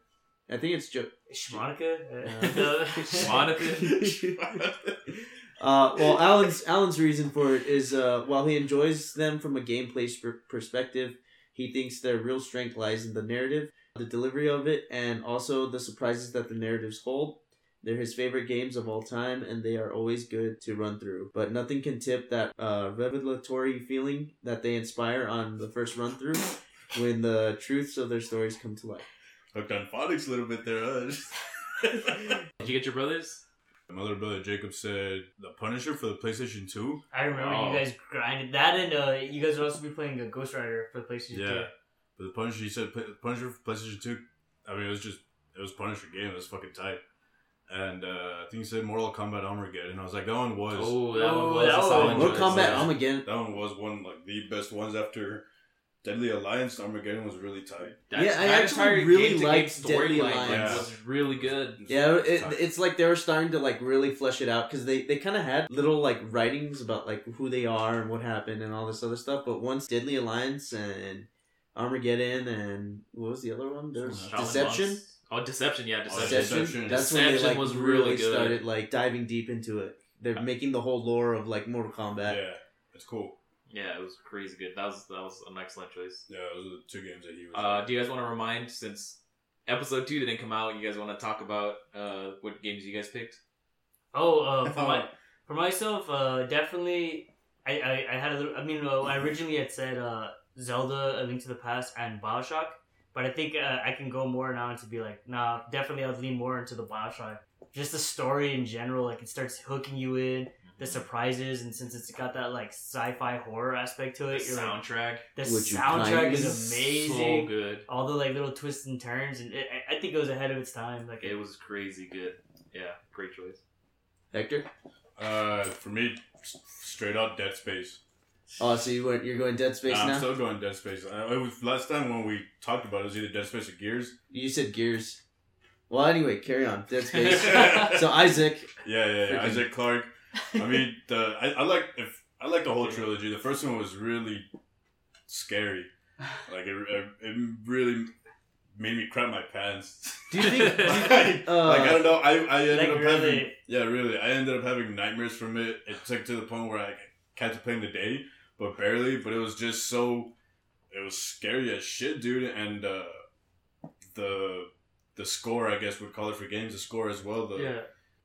A: I think it's uh, Joe.
E: Shmonica.
B: Monica.
A: uh, well, Alan's Alan's reason for it is uh, while he enjoys them from a gameplay sp- perspective, he thinks their real strength lies in the narrative, the delivery of it, and also the surprises that the narratives hold. They're his favorite games of all time, and they are always good to run through. But nothing can tip that uh, revelatory feeling that they inspire on the first run through, when the truths of their stories come to light.
C: hooked on phonics a little bit there. Huh?
B: Did you get your brothers?
C: My little brother Jacob said the Punisher for the PlayStation Two.
E: I remember
B: Oh.
E: you guys grinded that, and uh, you guys would also be playing a Ghost Rider for PlayStation
C: Yeah, but the Punisher. He said "Pla- Punisher for PlayStation Two. I mean, it was just it was Punisher game. It was fucking tight. And uh, I think he said Mortal Kombat Armageddon. I was like, that one was
B: Oh, that
E: Oh,
B: one was
E: that
B: a
E: one.
B: solid
A: Mortal
B: choice,
A: Kombat
B: yeah.
A: Armageddon.
C: that one was one like the best ones after Deadly Alliance. Armageddon was really tight.
B: That-
A: Yeah, I
B: that
A: actually
B: entire
A: really
B: game-to-game
A: liked
B: storyline,
A: Deadly
B: like,
A: Alliance.
B: was really good.
A: Yeah, it,
C: Tight.
A: it's like they were starting to like really flesh it out because they they kind of had little like writings about like who they are and what happened and all this other stuff. But once Deadly Alliance and Armageddon and what was the other one? There was
B: Shaolin
A: Deception.
B: Monks. Oh, Deception, yeah, Deception.
A: Deception.
C: Deception.
A: That's when they
B: Deception
A: like
B: was
A: really,
B: really good.
A: started like diving deep into it. They're making the whole lore of like Mortal Kombat.
C: Yeah, it's cool.
B: Yeah, it was crazy good. That was that was an excellent choice.
C: Yeah, those are the two games that he was.
B: Uh, do you guys want to remind since episode two didn't come out, you guys want to talk about uh, what games you guys picked?
E: Two. Oh, uh, for my for myself, uh, definitely. I, I, I had a little. I mean, uh, I originally had said uh, Zelda: A Link to the Past and Bioshock, but I think uh, I can go more now into be like, nah, definitely I'd lean more into the Bioshock. Just the story in general, like it starts hooking you in the surprises, and since it's got that like sci-fi horror aspect to
B: The
E: it, you're like,
B: soundtrack,
E: The
A: Would you
E: soundtrack
A: kindly-
E: is
B: so
E: amazing.
B: good.
E: All the like little twists and turns, and it, I- I think it was ahead of its time. Like
B: It was crazy good. Yeah, great choice.
A: Hector.
C: uh, for me, s- straight out Dead Space.
A: Oh, so you went, you're going Dead Space
C: Nah, I'm
A: now?
C: still going Dead Space. I, it was last time when we talked about it, it was either Dead Space or Gears.
A: you said Gears. Well, anyway, carry on. Dead Space.
C: yeah,
A: so Isaac.
C: yeah, yeah.
A: Freaking-
C: Isaac Clarke. I mean, the, I, I like if I like the whole trilogy. The first one was really scary. Like it, it, it really made me crap my pants.
A: Do you think? Do you
C: like,
A: uh,
C: like, I don't know. I, I ended
E: Like,
C: up having
E: really?
C: yeah, really. I ended up having nightmares from it. It took to the point where I kept playing the day, but barely. But it was just so it was scary as shit, dude. And uh, the the score, I guess, would call it for games. The score as well. The
E: yeah,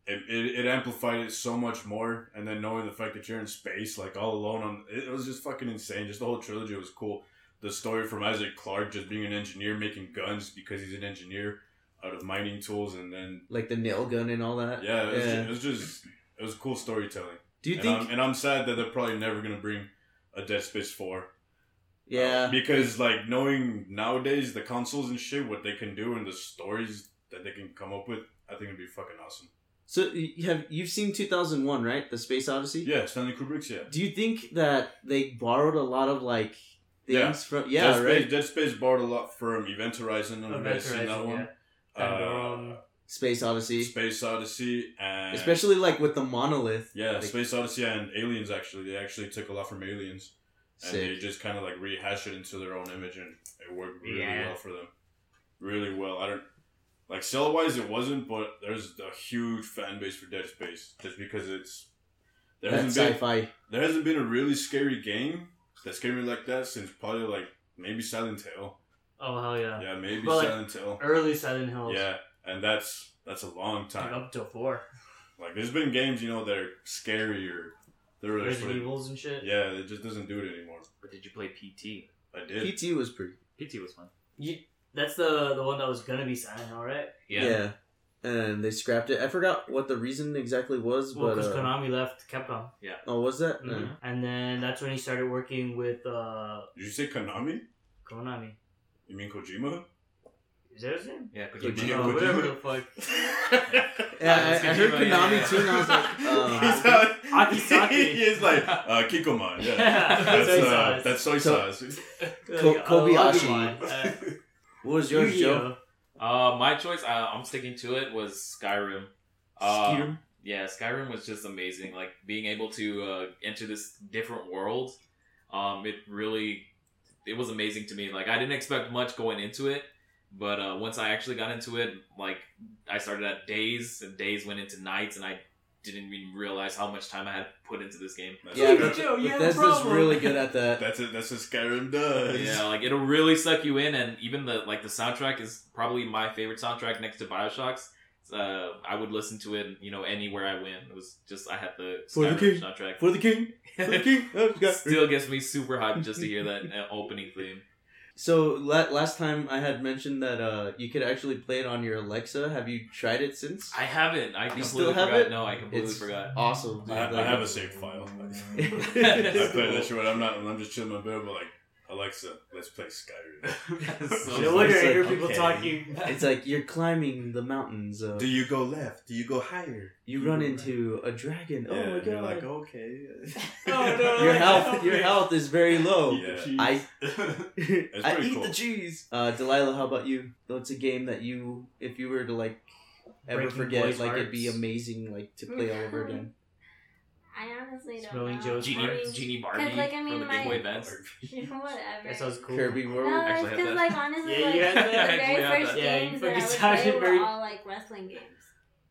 C: it, it, it amplified it so much more. And then knowing the fact that you're in space, like all alone on it, it was just fucking insane. Just the whole trilogy was cool. The story from Isaac Clarke just being an engineer making guns because he's an engineer out of mining tools, and then
A: like the nail gun and all that.
C: yeah, it was, Just, it was just it was cool storytelling.
A: Do you
C: and,
A: think?
C: I'm, and um, I'm sad that they're probably never gonna bring a Dead Space four.
A: yeah.
C: Uh, because like knowing nowadays the consoles and shit, what they can do and the stories that they can come up with, I think it'd be fucking awesome.
A: So you have you've seen 2001, right? The Space Odyssey.
C: Yeah, Stanley Kubrick's yeah.
A: Do you think that they borrowed a lot of like things
C: Yeah.
A: from? Yeah,
C: Dead
A: right.
C: Space, Dead Space borrowed a lot from Event Horizon. I don't know if you guys seen that one. Uh,
E: Pandora.
A: Space Odyssey,
C: Space Odyssey and
A: especially like with the monolith.
C: yeah,
A: Like,
C: Space Odyssey and Aliens. Actually, they actually took a lot from Aliens, and they
A: sick.
C: just kind of like rehashed it into their own image, and it worked really
E: Yeah.
C: well for them. Really well. I don't like sell wise, it wasn't, but there's a huge fan base for Dead Space just because it's there
A: That
C: hasn't been
A: sci-fi.
C: there hasn't been a really scary game that scared me like that since probably like maybe Silent Hill.
E: Oh hell yeah.
C: Yeah, maybe
E: But, like,
C: Silent Hill.
E: Early Silent Hills.
C: Yeah, and that's that's a long
E: Like
C: time.
E: up to four.
C: Like there's been games, you know, that are scary or they're really
E: Resident
C: pretty-
E: Evils and shit.
C: Yeah, it just doesn't do it anymore.
B: But did you play PT?
C: I did.
A: PT was pretty.
B: PT was fun.
E: You, that's the the one that was gonna be Silent Hill, right?
A: Yeah.
B: Yeah.
A: and they scrapped it. I forgot what the reason exactly was,
E: Well,
A: but
E: because
A: uh,
E: Konami left Capcom,
A: oh, was that?
C: Mm-hmm.
E: Mhm. and then that's when he started working with uh,
C: Did you say Konami?
E: Konami.
C: You mean Kojima?
E: Is that his name?
B: Yeah, because
A: Yeah,
B: you
A: Kojima.
E: Oh,
C: Kojima.
E: whatever the fuck.
A: Yeah,
B: Yeah,
A: I, I heard Konami
B: Kojima, yeah, yeah.
A: too, and I was like, um,
C: He's like-
E: Akisaki.
C: He's like uh, Kikoman. Yeah.
E: Yeah,
C: That's,
E: soy
C: uh,
E: sauce.
C: that's soy
A: So-
C: sauce.
A: Ko-
E: Like, uh,
A: Kobayashi.
E: Agumon. Uh,
A: what was yours, Joe?
E: Yu-Gi-Oh.
B: Uh, my choice. I, I'm sticking to it. Was Skyrim. Uh,
A: Skeeter?
B: Yeah, Skyrim was just amazing. Like being able to uh, enter this different world, um, it really, it was amazing to me. Like I didn't expect much going into it, but uh, once I actually got into it, like I started at days and days went into nights, and I didn't even realize how much time I had put into this game.
C: That's
A: Yeah,
C: what
A: but-
C: Skyrim-
E: Joe, you have a
A: Bethesda's
E: Oh, problem.
A: really good at that.
C: that's it. That's what Skyrim does.
B: Yeah, like it'll really suck you in, and even the like the soundtrack is probably my favorite soundtrack next to Bioshock's. Uh, I would listen to it, you know, anywhere I went. It was just I had the
A: For the
B: Skyrim
A: king.
B: soundtrack.
A: For the king, for the king. Oh, you got-
B: Still gets me super hyped just to hear that uh, opening theme.
A: So la- last time I had mentioned that uh, you could actually play it on your Alexa. Have you tried it since?
B: I haven't. I
A: You
B: completely
A: still have
B: forgot.
A: it?
B: No, I completely
A: It's
B: forgot.
A: awesome. dude.
C: I, have- I
A: Like-
C: have a saved file. I
A: I
C: play that shit when I'm not. When I'm just chilling in my bed. But like, Alexa, let's play Skyrim.
B: So-
E: No wonder I
A: It's like,
E: hear people
C: okay.
E: talking.
A: It's like you're climbing the mountains. Uh,
C: Do you go left? Do you go higher?
A: you run into a dragon.
C: Yeah,
A: oh my
C: and You're
A: god!
C: like okay.
E: Oh, no,
A: your
E: like,
A: health,
E: help
A: your
E: me.
A: health Oh, is very low.
C: Oh, Yeah.
A: I I
C: pretty
A: eat
C: cool.
A: the cheese. Uh, Delilah, how about you? What's a game that you, if you were to like ever
E: Breaking
A: forget,
E: boys'
A: like it'd be
E: hearts.
A: amazing, like to play all over again?
D: I honestly don't
E: Smelling
D: know.
E: Joe's
D: I mean,
B: Genie, Genie Barbie
D: like, I
B: from
D: mean,
B: the
D: my-
B: Game Boy Advance.
D: whatever.
E: That sounds cool.
A: Kirby
D: No,
A: World.
D: it's
B: Actually have
D: because
B: that.
D: like honestly,
E: Yeah,
D: like
E: you had that.
D: the
B: Actually
D: very
B: have
D: first
B: that.
E: Yeah, you
D: games that I
E: fucking
D: would
E: sounded
D: play were
E: very-
D: all like wrestling games.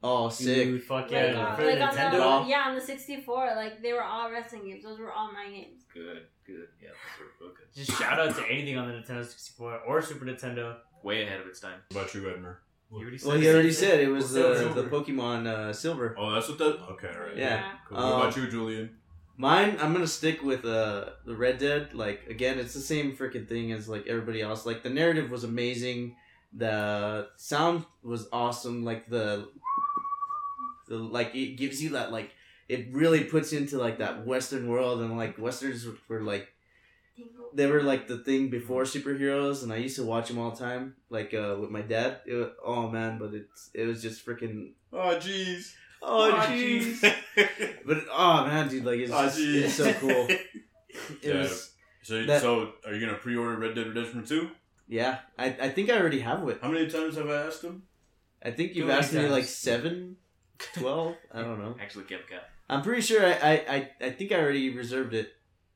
A: Oh, sick!
E: Dude, fuck
D: Like,
E: yeah.
A: Yeah.
D: uh,
E: For
D: like on
E: Nintendo.
D: the
A: Nintendo.
D: yeah on the sixty four, like they were all wrestling games. Those were all my games.
B: Good, good. Yeah, those were real good.
E: Just shout out to anything on the Nintendo 64 or Super Nintendo.
B: Way ahead of its time.
C: What about you, Edmer?
B: You already
A: Well, he already said it was
E: Silver.
A: uh, the Pokemon uh, Silver.
C: Oh, that's what that. Okay, all right.
A: Yeah.
C: Cool. what about
A: Um,
C: you, Julian?
A: Mine, I'm gonna stick with uh the Red Dead. Like again, it's the same freaking thing as like everybody else. Like the narrative was amazing, the sound was awesome. Like the, the like it gives you that like it really puts you into like that Western world and like Westerns were like
D: Tingle.
A: they were like the thing before superheroes, and I used to watch them all the time. Like uh with my dad. It wa- oh man, but it's it was just freaking
C: Oh, jeez.
A: oh jeez. But oh man, dude, like it's,
C: Oh,
A: just,
C: jeez.
A: it's so cool. It
C: Yeah.
A: was
C: so,
A: That-
C: so are you gonna pre-order Red Dead Redemption Two?
A: yeah. I, I think I already have it.
C: How many times have I asked him?
A: I think you've
E: many
A: asked me
E: times?
A: like seven, twelve. I don't know.
B: Actually, kept count.
A: I'm pretty sure I, I, I, I think I already reserved it.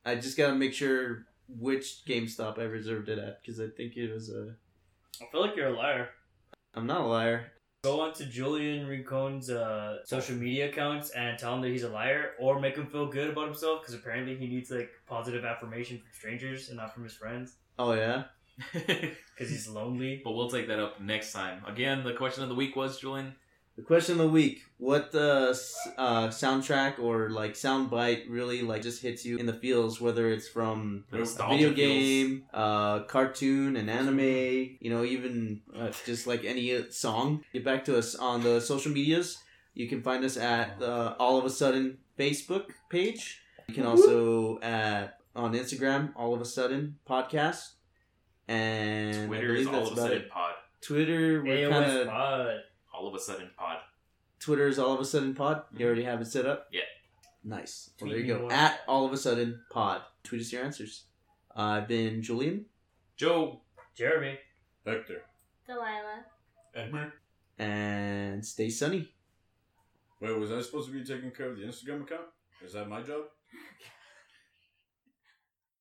A: I just gotta make sure which GameStop I reserved it at because I think it was a.
E: I feel like you're a liar.
A: I'm not a liar.
E: Go on to Julian Rincone's uh, social media accounts and tell him that he's a liar, or make him feel good about himself because apparently he needs like positive affirmation from strangers and not from his friends
A: Oh yeah.
E: because he's lonely.
B: but we'll take that up next time. Again, the question of the week was Julian.
A: The question of the week: What uh, s- uh, soundtrack or like soundbite really like just hits you in the feels? Whether it's from
B: The
A: a video
B: nostalgia feels.
A: game, uh, cartoon, and anime, you know, even uh, just like any uh, song. Get back to us on the social medias. You can find us at uh, all of a sudden Facebook page. You can also at on Instagram, all of a sudden podcast, and I
B: Twitter is
A: believe
B: all
A: that's
B: of a
A: about
B: sudden
A: it.
B: pod.
A: Twitter, we're kind
E: AOS
A: of
E: Pod.
B: All of a sudden pod.
A: Twitter is all of a sudden pod.
B: Mhm.
A: You already have it set up.
B: Yeah.
A: Nice. Well, there
E: Tweet
A: you
E: me
A: go.
E: more.
A: At all of a sudden pod. Tweet us your answers. I've been Julian,
B: Joe,
E: Jeremy.
C: Hector.
D: Delilah.
F: Edmer?
A: and stay sunny.
C: Wait, was I supposed to be taking care of the Instagram account? Is that my job?